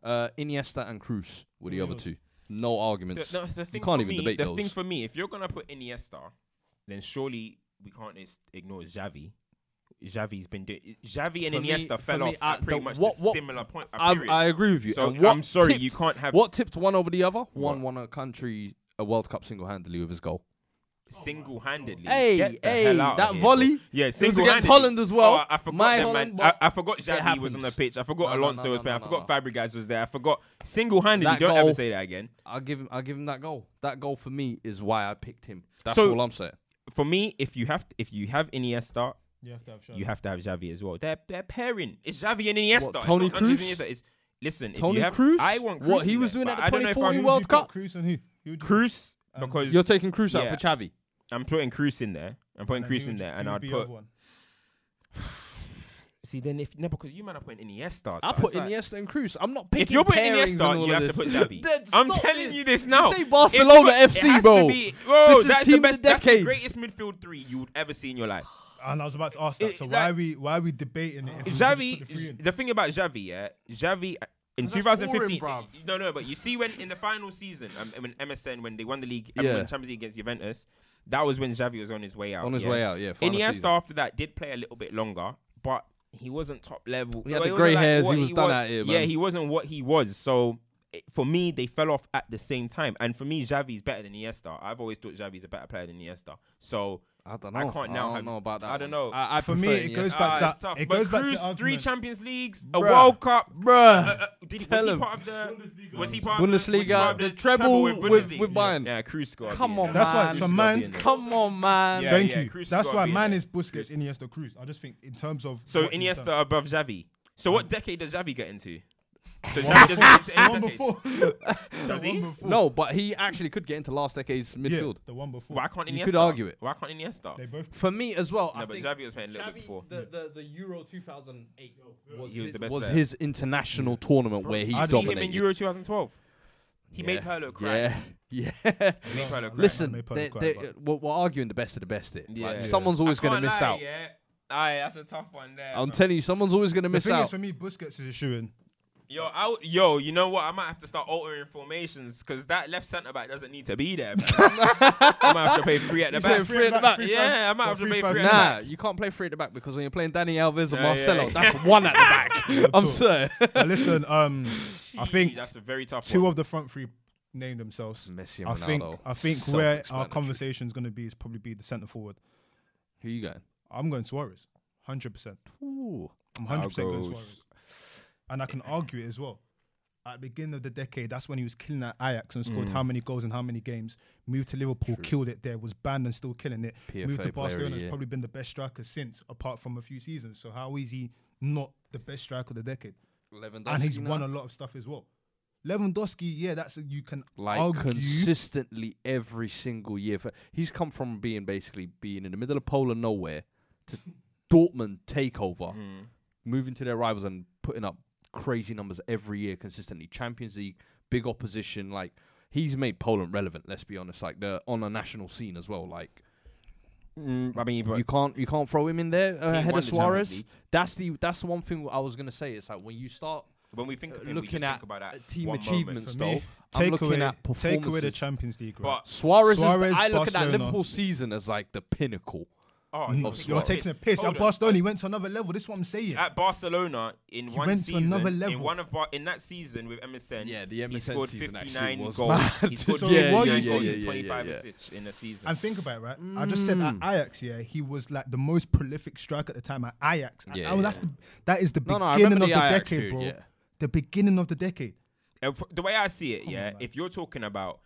Speaker 2: uh, Iniesta and Cruz were the
Speaker 1: Who are
Speaker 2: other
Speaker 1: yours?
Speaker 2: two. No
Speaker 3: Mm. The,
Speaker 2: arguments.
Speaker 3: no, the thing
Speaker 2: you can't
Speaker 3: for
Speaker 2: even
Speaker 3: me,
Speaker 2: debate
Speaker 3: the
Speaker 2: those.
Speaker 3: thing for me, if you're gonna put Iniesta, then surely we can't is- ignore Xavi. Xavi's been doing. Xavi and
Speaker 2: For me- for
Speaker 3: Iniesta fell
Speaker 2: me,
Speaker 3: off
Speaker 2: I-
Speaker 3: at pretty
Speaker 2: the-
Speaker 3: much
Speaker 2: what-
Speaker 3: the
Speaker 2: what-
Speaker 3: similar point. uh,
Speaker 2: I,
Speaker 3: period.
Speaker 2: I agree with you.
Speaker 3: so
Speaker 2: and what
Speaker 3: I'm sorry,
Speaker 2: tipped,
Speaker 3: you can't have
Speaker 2: What tipped one over the other?
Speaker 3: What?
Speaker 2: One won a country a World Cup single-handedly with his goal.
Speaker 3: single-handedly.
Speaker 2: Hey,
Speaker 3: Get the
Speaker 2: hey,
Speaker 3: hell out of
Speaker 2: that
Speaker 3: here, bro.
Speaker 2: volley.
Speaker 3: Yeah,
Speaker 2: was against
Speaker 3: single-handedly.
Speaker 2: Holland as well.
Speaker 3: Oh, I forgot
Speaker 2: My
Speaker 3: them,
Speaker 2: Holland,
Speaker 3: man.
Speaker 2: but
Speaker 3: I, I forgot Xavi was on
Speaker 2: happens.
Speaker 3: the pitch. I
Speaker 2: No,
Speaker 3: forgot
Speaker 2: no,
Speaker 3: Alonso
Speaker 2: no,
Speaker 3: was
Speaker 2: no,
Speaker 3: playing.
Speaker 2: no,
Speaker 3: I forgot
Speaker 2: no.
Speaker 3: Fabregas was there. I forgot single-handedly.
Speaker 2: That
Speaker 3: Don't ever
Speaker 2: goal-
Speaker 3: say that again.
Speaker 2: I'll give him. I'll give him that goal. That goal for me is why I picked him. That's
Speaker 3: So-
Speaker 2: all I'm saying.
Speaker 3: For me, if you have if you have Iniesta,
Speaker 1: You have to have
Speaker 3: you have to have Xavi as well. They're they're pairing. It's Xavi and Iniesta.
Speaker 2: What,
Speaker 3: It's
Speaker 2: Tony
Speaker 3: not Andres
Speaker 2: Cruz?
Speaker 3: Iniesta. It's, listen, if
Speaker 2: Tony
Speaker 3: you have,
Speaker 2: Cruz?
Speaker 3: I want Cruz
Speaker 2: What he
Speaker 3: in
Speaker 2: was
Speaker 3: there,
Speaker 2: doing at
Speaker 3: but
Speaker 2: the
Speaker 3: I don't know if
Speaker 2: 2014
Speaker 3: I'm-
Speaker 2: World Cup?
Speaker 1: Cruz and who? Who would you
Speaker 3: Cruz
Speaker 1: Um,
Speaker 3: because
Speaker 2: You're taking Cruz out
Speaker 3: Yeah.
Speaker 2: for Chavi.
Speaker 3: I'm putting Cruz in there. I'm
Speaker 1: put?
Speaker 3: putting
Speaker 1: And
Speaker 3: Cruz
Speaker 1: who
Speaker 3: in
Speaker 1: would-
Speaker 3: there,
Speaker 1: who
Speaker 3: and
Speaker 1: would
Speaker 3: I'd
Speaker 1: be your
Speaker 3: put
Speaker 1: other one?
Speaker 3: see then if no because you might have put Iniesta. So
Speaker 2: I put
Speaker 3: it's like-
Speaker 2: Iniesta and Cruz. I'm not picking.
Speaker 3: If you're putting
Speaker 2: pairings and
Speaker 3: Iniesta,
Speaker 2: all
Speaker 3: you
Speaker 2: of
Speaker 3: have to put
Speaker 2: this.
Speaker 3: Xavi.
Speaker 2: Then
Speaker 3: I'm
Speaker 2: stop
Speaker 3: telling you this now.
Speaker 2: You say
Speaker 3: It's
Speaker 2: Barcelona
Speaker 3: not- it
Speaker 2: FC,
Speaker 3: has
Speaker 2: bro.
Speaker 3: To be, bro,
Speaker 2: This is
Speaker 3: that's the
Speaker 2: team of
Speaker 3: best.
Speaker 2: the
Speaker 3: that's the
Speaker 2: decade.
Speaker 3: greatest midfield three you would ever see in your life.
Speaker 1: And I was about to ask that.
Speaker 3: It-
Speaker 1: So
Speaker 3: like-
Speaker 1: why are we why are we debating it? if we could just put the three
Speaker 3: Xavi,
Speaker 1: in?
Speaker 3: the thing about Xavi, yeah, Xavi uh, in
Speaker 2: That's boring,
Speaker 3: 2015.
Speaker 2: bruv.
Speaker 3: no, no, but you see when in the final season, um, when MSN when they won the league,
Speaker 2: Yeah.
Speaker 3: yeah. won Champions League against Juventus, that was when Xavi was on his way out.
Speaker 2: On his
Speaker 3: yeah?
Speaker 2: way out, yeah. final
Speaker 3: Iniesta
Speaker 2: season.
Speaker 3: after that did play a little bit longer, but he wasn't top level.
Speaker 2: He had
Speaker 3: Well,
Speaker 2: the
Speaker 3: wasn't
Speaker 2: grey hairs,
Speaker 3: what
Speaker 2: he was done
Speaker 3: was-
Speaker 2: out here,
Speaker 3: Yeah,
Speaker 2: man.
Speaker 3: he wasn't what he was. So it, for me, they fell off at the same time. And for me, Xavi's better than Iniesta. I've always thought Xavi's a better player than Iniesta. So
Speaker 2: I don't know.
Speaker 3: I can't now
Speaker 2: I
Speaker 3: have-
Speaker 2: don't know about that.
Speaker 3: I don't know.
Speaker 2: one. I, I
Speaker 1: For me,
Speaker 2: prefer
Speaker 1: it
Speaker 2: Iniesta.
Speaker 1: goes
Speaker 3: ah,
Speaker 1: back to
Speaker 3: it's
Speaker 1: that.
Speaker 3: tough.
Speaker 1: It
Speaker 3: but
Speaker 1: goes back
Speaker 3: Cruz,
Speaker 1: to the
Speaker 3: three
Speaker 1: argument.
Speaker 3: Champions Leagues, a
Speaker 2: Bruh.
Speaker 3: World Cup. Uh,
Speaker 2: Bruh.
Speaker 3: Did, was
Speaker 2: Tell
Speaker 3: he
Speaker 2: him.
Speaker 3: part of the? Was he part
Speaker 4: Bundesliga.
Speaker 3: of the- was he part
Speaker 2: Bundesliga,
Speaker 3: of
Speaker 2: the
Speaker 3: the
Speaker 2: treble
Speaker 3: in
Speaker 2: with,
Speaker 3: Bundesliga?
Speaker 2: with Bayern.
Speaker 3: Yeah, Cruz got.
Speaker 2: Come on,
Speaker 1: That's why
Speaker 2: man.
Speaker 1: so
Speaker 3: Cruz gotta
Speaker 1: man-
Speaker 3: be in there.
Speaker 2: Come on, man.
Speaker 3: Yeah,
Speaker 1: Thank
Speaker 3: yeah,
Speaker 1: you.
Speaker 3: Cruz has
Speaker 1: That's
Speaker 3: gotta
Speaker 1: why
Speaker 3: be in
Speaker 1: mine
Speaker 3: there.
Speaker 1: is Busquets,
Speaker 3: Cruz.
Speaker 1: Iniesta, Cruz. I just think in terms of
Speaker 3: So
Speaker 1: what he's done.
Speaker 3: Iniesta above Xavi. So what decade does Xavi get into? So
Speaker 1: One
Speaker 3: Xavi doesn't get into
Speaker 1: the
Speaker 3: any
Speaker 1: one
Speaker 3: decade.
Speaker 1: before.
Speaker 3: Does he?
Speaker 2: No, but he actually could get into last decade's
Speaker 1: Yeah,
Speaker 2: midfield.
Speaker 1: the one before.
Speaker 3: Why can't Iniesta?
Speaker 2: You could argue it.
Speaker 3: Why can't Iniesta?
Speaker 1: They both.
Speaker 2: For me as well,
Speaker 3: no,
Speaker 2: I
Speaker 3: but
Speaker 2: think
Speaker 3: Xavi was playing a little bit
Speaker 2: Xavi,
Speaker 3: before.
Speaker 2: the, the, the Euro 2008 was,
Speaker 3: He was
Speaker 2: his,
Speaker 3: the best
Speaker 2: was
Speaker 3: player.
Speaker 2: his international tournament where he
Speaker 1: I
Speaker 3: See him
Speaker 2: dominated.
Speaker 3: in Euro 2012. He made Pirlo cry.
Speaker 2: Yeah, yeah.
Speaker 3: He made Pirlo cry.
Speaker 2: Listen,
Speaker 1: Made Pirlo
Speaker 2: they-
Speaker 1: cry,
Speaker 2: they-
Speaker 1: but-
Speaker 2: uh, we're, we're arguing the best of the best here.
Speaker 3: Yeah.
Speaker 2: Like,
Speaker 3: Yeah.
Speaker 2: Someone's always going to miss out.
Speaker 3: Yeah, aye, that's a tough one there.
Speaker 2: I'm telling you, someone's always going to
Speaker 1: The
Speaker 2: miss
Speaker 1: thing
Speaker 2: out.
Speaker 1: is, for me, Busquets is a shoe in.
Speaker 3: yo, I w- yo, you know what? I might have to start altering formations because that left centre back doesn't need to be there. man. I might have to play three at the
Speaker 2: You said
Speaker 3: back.
Speaker 2: three at the back.
Speaker 3: Yeah, I might have to play three at the
Speaker 2: Nah,
Speaker 3: back.
Speaker 2: you can't play three at the back because when you're playing Danny Alves or
Speaker 3: Yeah,
Speaker 2: Marcelo,
Speaker 3: yeah.
Speaker 2: that's one at the back. I'm
Speaker 1: talk.
Speaker 2: sorry.
Speaker 1: But listen, um, I think
Speaker 3: that's a very tough
Speaker 1: two
Speaker 3: one.
Speaker 1: of the front three name themselves.
Speaker 2: Messi
Speaker 1: I think I think where our conversation is going to be is probably be the centre forward.
Speaker 2: Who you going?
Speaker 1: I'm going Suarez, hundred percent.
Speaker 2: Ooh.
Speaker 1: I'm hundred percent going
Speaker 3: goes-
Speaker 1: Suarez, and I can argue it as well. At the beginning of the decade, that's when he was killing at Ajax and scored
Speaker 2: Mm.
Speaker 1: how many goals in how many games. Moved to Liverpool, killed it there, was banned and still killing it. Moved to
Speaker 2: PFA player of the
Speaker 1: Barcelona, has
Speaker 2: year.
Speaker 1: probably been the best striker since, apart from a few seasons. So how is he not the best striker of the decade?
Speaker 2: Lewandowski.
Speaker 1: and he's
Speaker 2: now?
Speaker 1: won a lot of stuff as well. Lewandowski, yeah, that's a, you can
Speaker 2: like
Speaker 1: argue.
Speaker 2: consistently every single year. For, he's come from being basically being in the middle of Poland nowhere to Dortmund takeover,
Speaker 3: Mm-hmm.
Speaker 2: moving to their rivals and putting up crazy numbers every year consistently. Champions League, big opposition. Like he's made Poland relevant. Let's be honest. Like they're on a national scene as well. Like Mm,
Speaker 3: I mean, but
Speaker 2: you can't you can't throw him in there uh, ahead
Speaker 3: won
Speaker 2: of
Speaker 3: the Champions
Speaker 2: Suarez.
Speaker 3: League.
Speaker 2: That's the that's the one thing I was gonna say. It's like when you start
Speaker 3: when we think
Speaker 2: uh,
Speaker 3: of him, we just
Speaker 2: looking at
Speaker 3: think about
Speaker 2: uh,
Speaker 3: that
Speaker 2: team
Speaker 3: one moment.
Speaker 2: achievements,
Speaker 1: For me,
Speaker 2: though, I'm
Speaker 1: take
Speaker 2: looking
Speaker 1: away,
Speaker 2: at
Speaker 1: take away the
Speaker 2: performances.
Speaker 1: Champions League, right?
Speaker 3: But
Speaker 2: Suarez, is
Speaker 1: Suarez,
Speaker 2: I look at that
Speaker 1: Barcelona.
Speaker 2: Liverpool season as like the pinnacle.
Speaker 3: Oh,
Speaker 1: Mm,
Speaker 3: you're
Speaker 2: Of
Speaker 3: taking
Speaker 1: You're
Speaker 2: Suarez.
Speaker 1: taking a piss.
Speaker 3: Hold
Speaker 1: At
Speaker 3: on.
Speaker 1: Barcelona, he went to another level. This is what I'm saying.
Speaker 3: At Barcelona, in one
Speaker 1: went to
Speaker 3: season,
Speaker 1: another
Speaker 3: in
Speaker 1: level.
Speaker 3: one of Bar- in that season with MSN,
Speaker 2: Yeah, the
Speaker 3: he
Speaker 2: MSN
Speaker 3: scored
Speaker 2: season actually
Speaker 3: 59
Speaker 2: was
Speaker 3: goals.
Speaker 2: mad.
Speaker 3: He scored
Speaker 1: So
Speaker 3: 59
Speaker 1: what
Speaker 3: goals
Speaker 1: you
Speaker 3: and
Speaker 1: say- Yeah, yeah,
Speaker 2: yeah,
Speaker 3: 25
Speaker 2: yeah, yeah.
Speaker 3: assists in a season.
Speaker 1: And think about it, right? I just said at
Speaker 3: Mm.
Speaker 1: Ajax, yeah, he was like the most prolific striker at the time at Ajax. I-
Speaker 2: Yeah,
Speaker 1: I- that's
Speaker 2: yeah.
Speaker 1: the, that is the
Speaker 2: No, no, I
Speaker 1: beginning
Speaker 2: remember
Speaker 1: of
Speaker 2: the
Speaker 1: the,
Speaker 2: Ajax
Speaker 1: decade,
Speaker 2: period,
Speaker 1: bro.
Speaker 2: yeah.
Speaker 1: The beginning of the decade.
Speaker 3: Uh, f- the way I see it,
Speaker 1: Come
Speaker 3: yeah,
Speaker 1: on, man.
Speaker 3: if you're talking about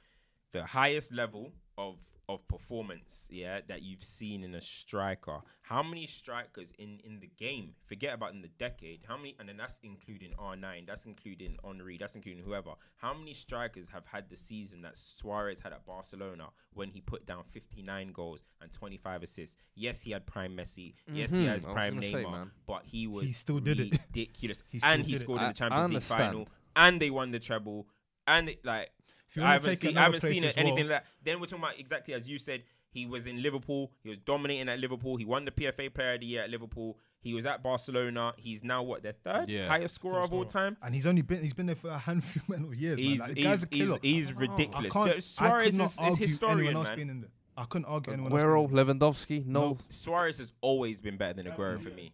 Speaker 3: the highest level of of performance, yeah, that you've seen in a striker, how many strikers in in the game? Forget about in the decade. How many? And then that's including R nine. That's including Henri. That's including whoever. How many strikers have had the season that Suarez had at Barcelona when he put down 59 goals and 25 assists? Yes, he had prime Messi. Yes, he
Speaker 1: Mm-hmm.
Speaker 2: Mhm,
Speaker 3: has
Speaker 2: I was
Speaker 3: prime
Speaker 2: gonna say,
Speaker 3: Neymar.
Speaker 2: man.
Speaker 3: but he was
Speaker 1: still did it.
Speaker 3: ridiculous,
Speaker 1: He
Speaker 3: and
Speaker 1: still
Speaker 3: he
Speaker 1: did it.
Speaker 3: scored
Speaker 2: I-
Speaker 3: in
Speaker 2: I
Speaker 3: the Champions League final
Speaker 2: understand.
Speaker 3: and they won the treble, and it, like
Speaker 1: If you
Speaker 3: I
Speaker 1: wanna
Speaker 3: haven't
Speaker 1: take
Speaker 3: seen, I
Speaker 1: another
Speaker 3: haven't
Speaker 1: place
Speaker 3: seen
Speaker 1: as
Speaker 3: it, anything
Speaker 1: well-
Speaker 3: like that. Then we're talking about exactly as you said. He was in Liverpool. He was dominating at Liverpool. He won the PFA Player of the Year at Liverpool. He was at Barcelona. He's now what their third
Speaker 2: Yeah.
Speaker 3: highest scorer of all time.
Speaker 1: And he's only been he's been there for a handful of years. man.
Speaker 3: He's
Speaker 1: Like, the guy's
Speaker 3: he's,
Speaker 1: a
Speaker 3: he's,
Speaker 1: killer.
Speaker 3: he's
Speaker 1: I
Speaker 3: ridiculous.
Speaker 1: can't. I
Speaker 3: Suarez
Speaker 1: could not
Speaker 3: is, is
Speaker 1: argue
Speaker 3: historian,
Speaker 1: anyone else
Speaker 3: man.
Speaker 1: being in there. I couldn't argue anyone else. being
Speaker 2: Guerrero, Lewandowski, no.
Speaker 3: Suarez has always been better than Aguero for me.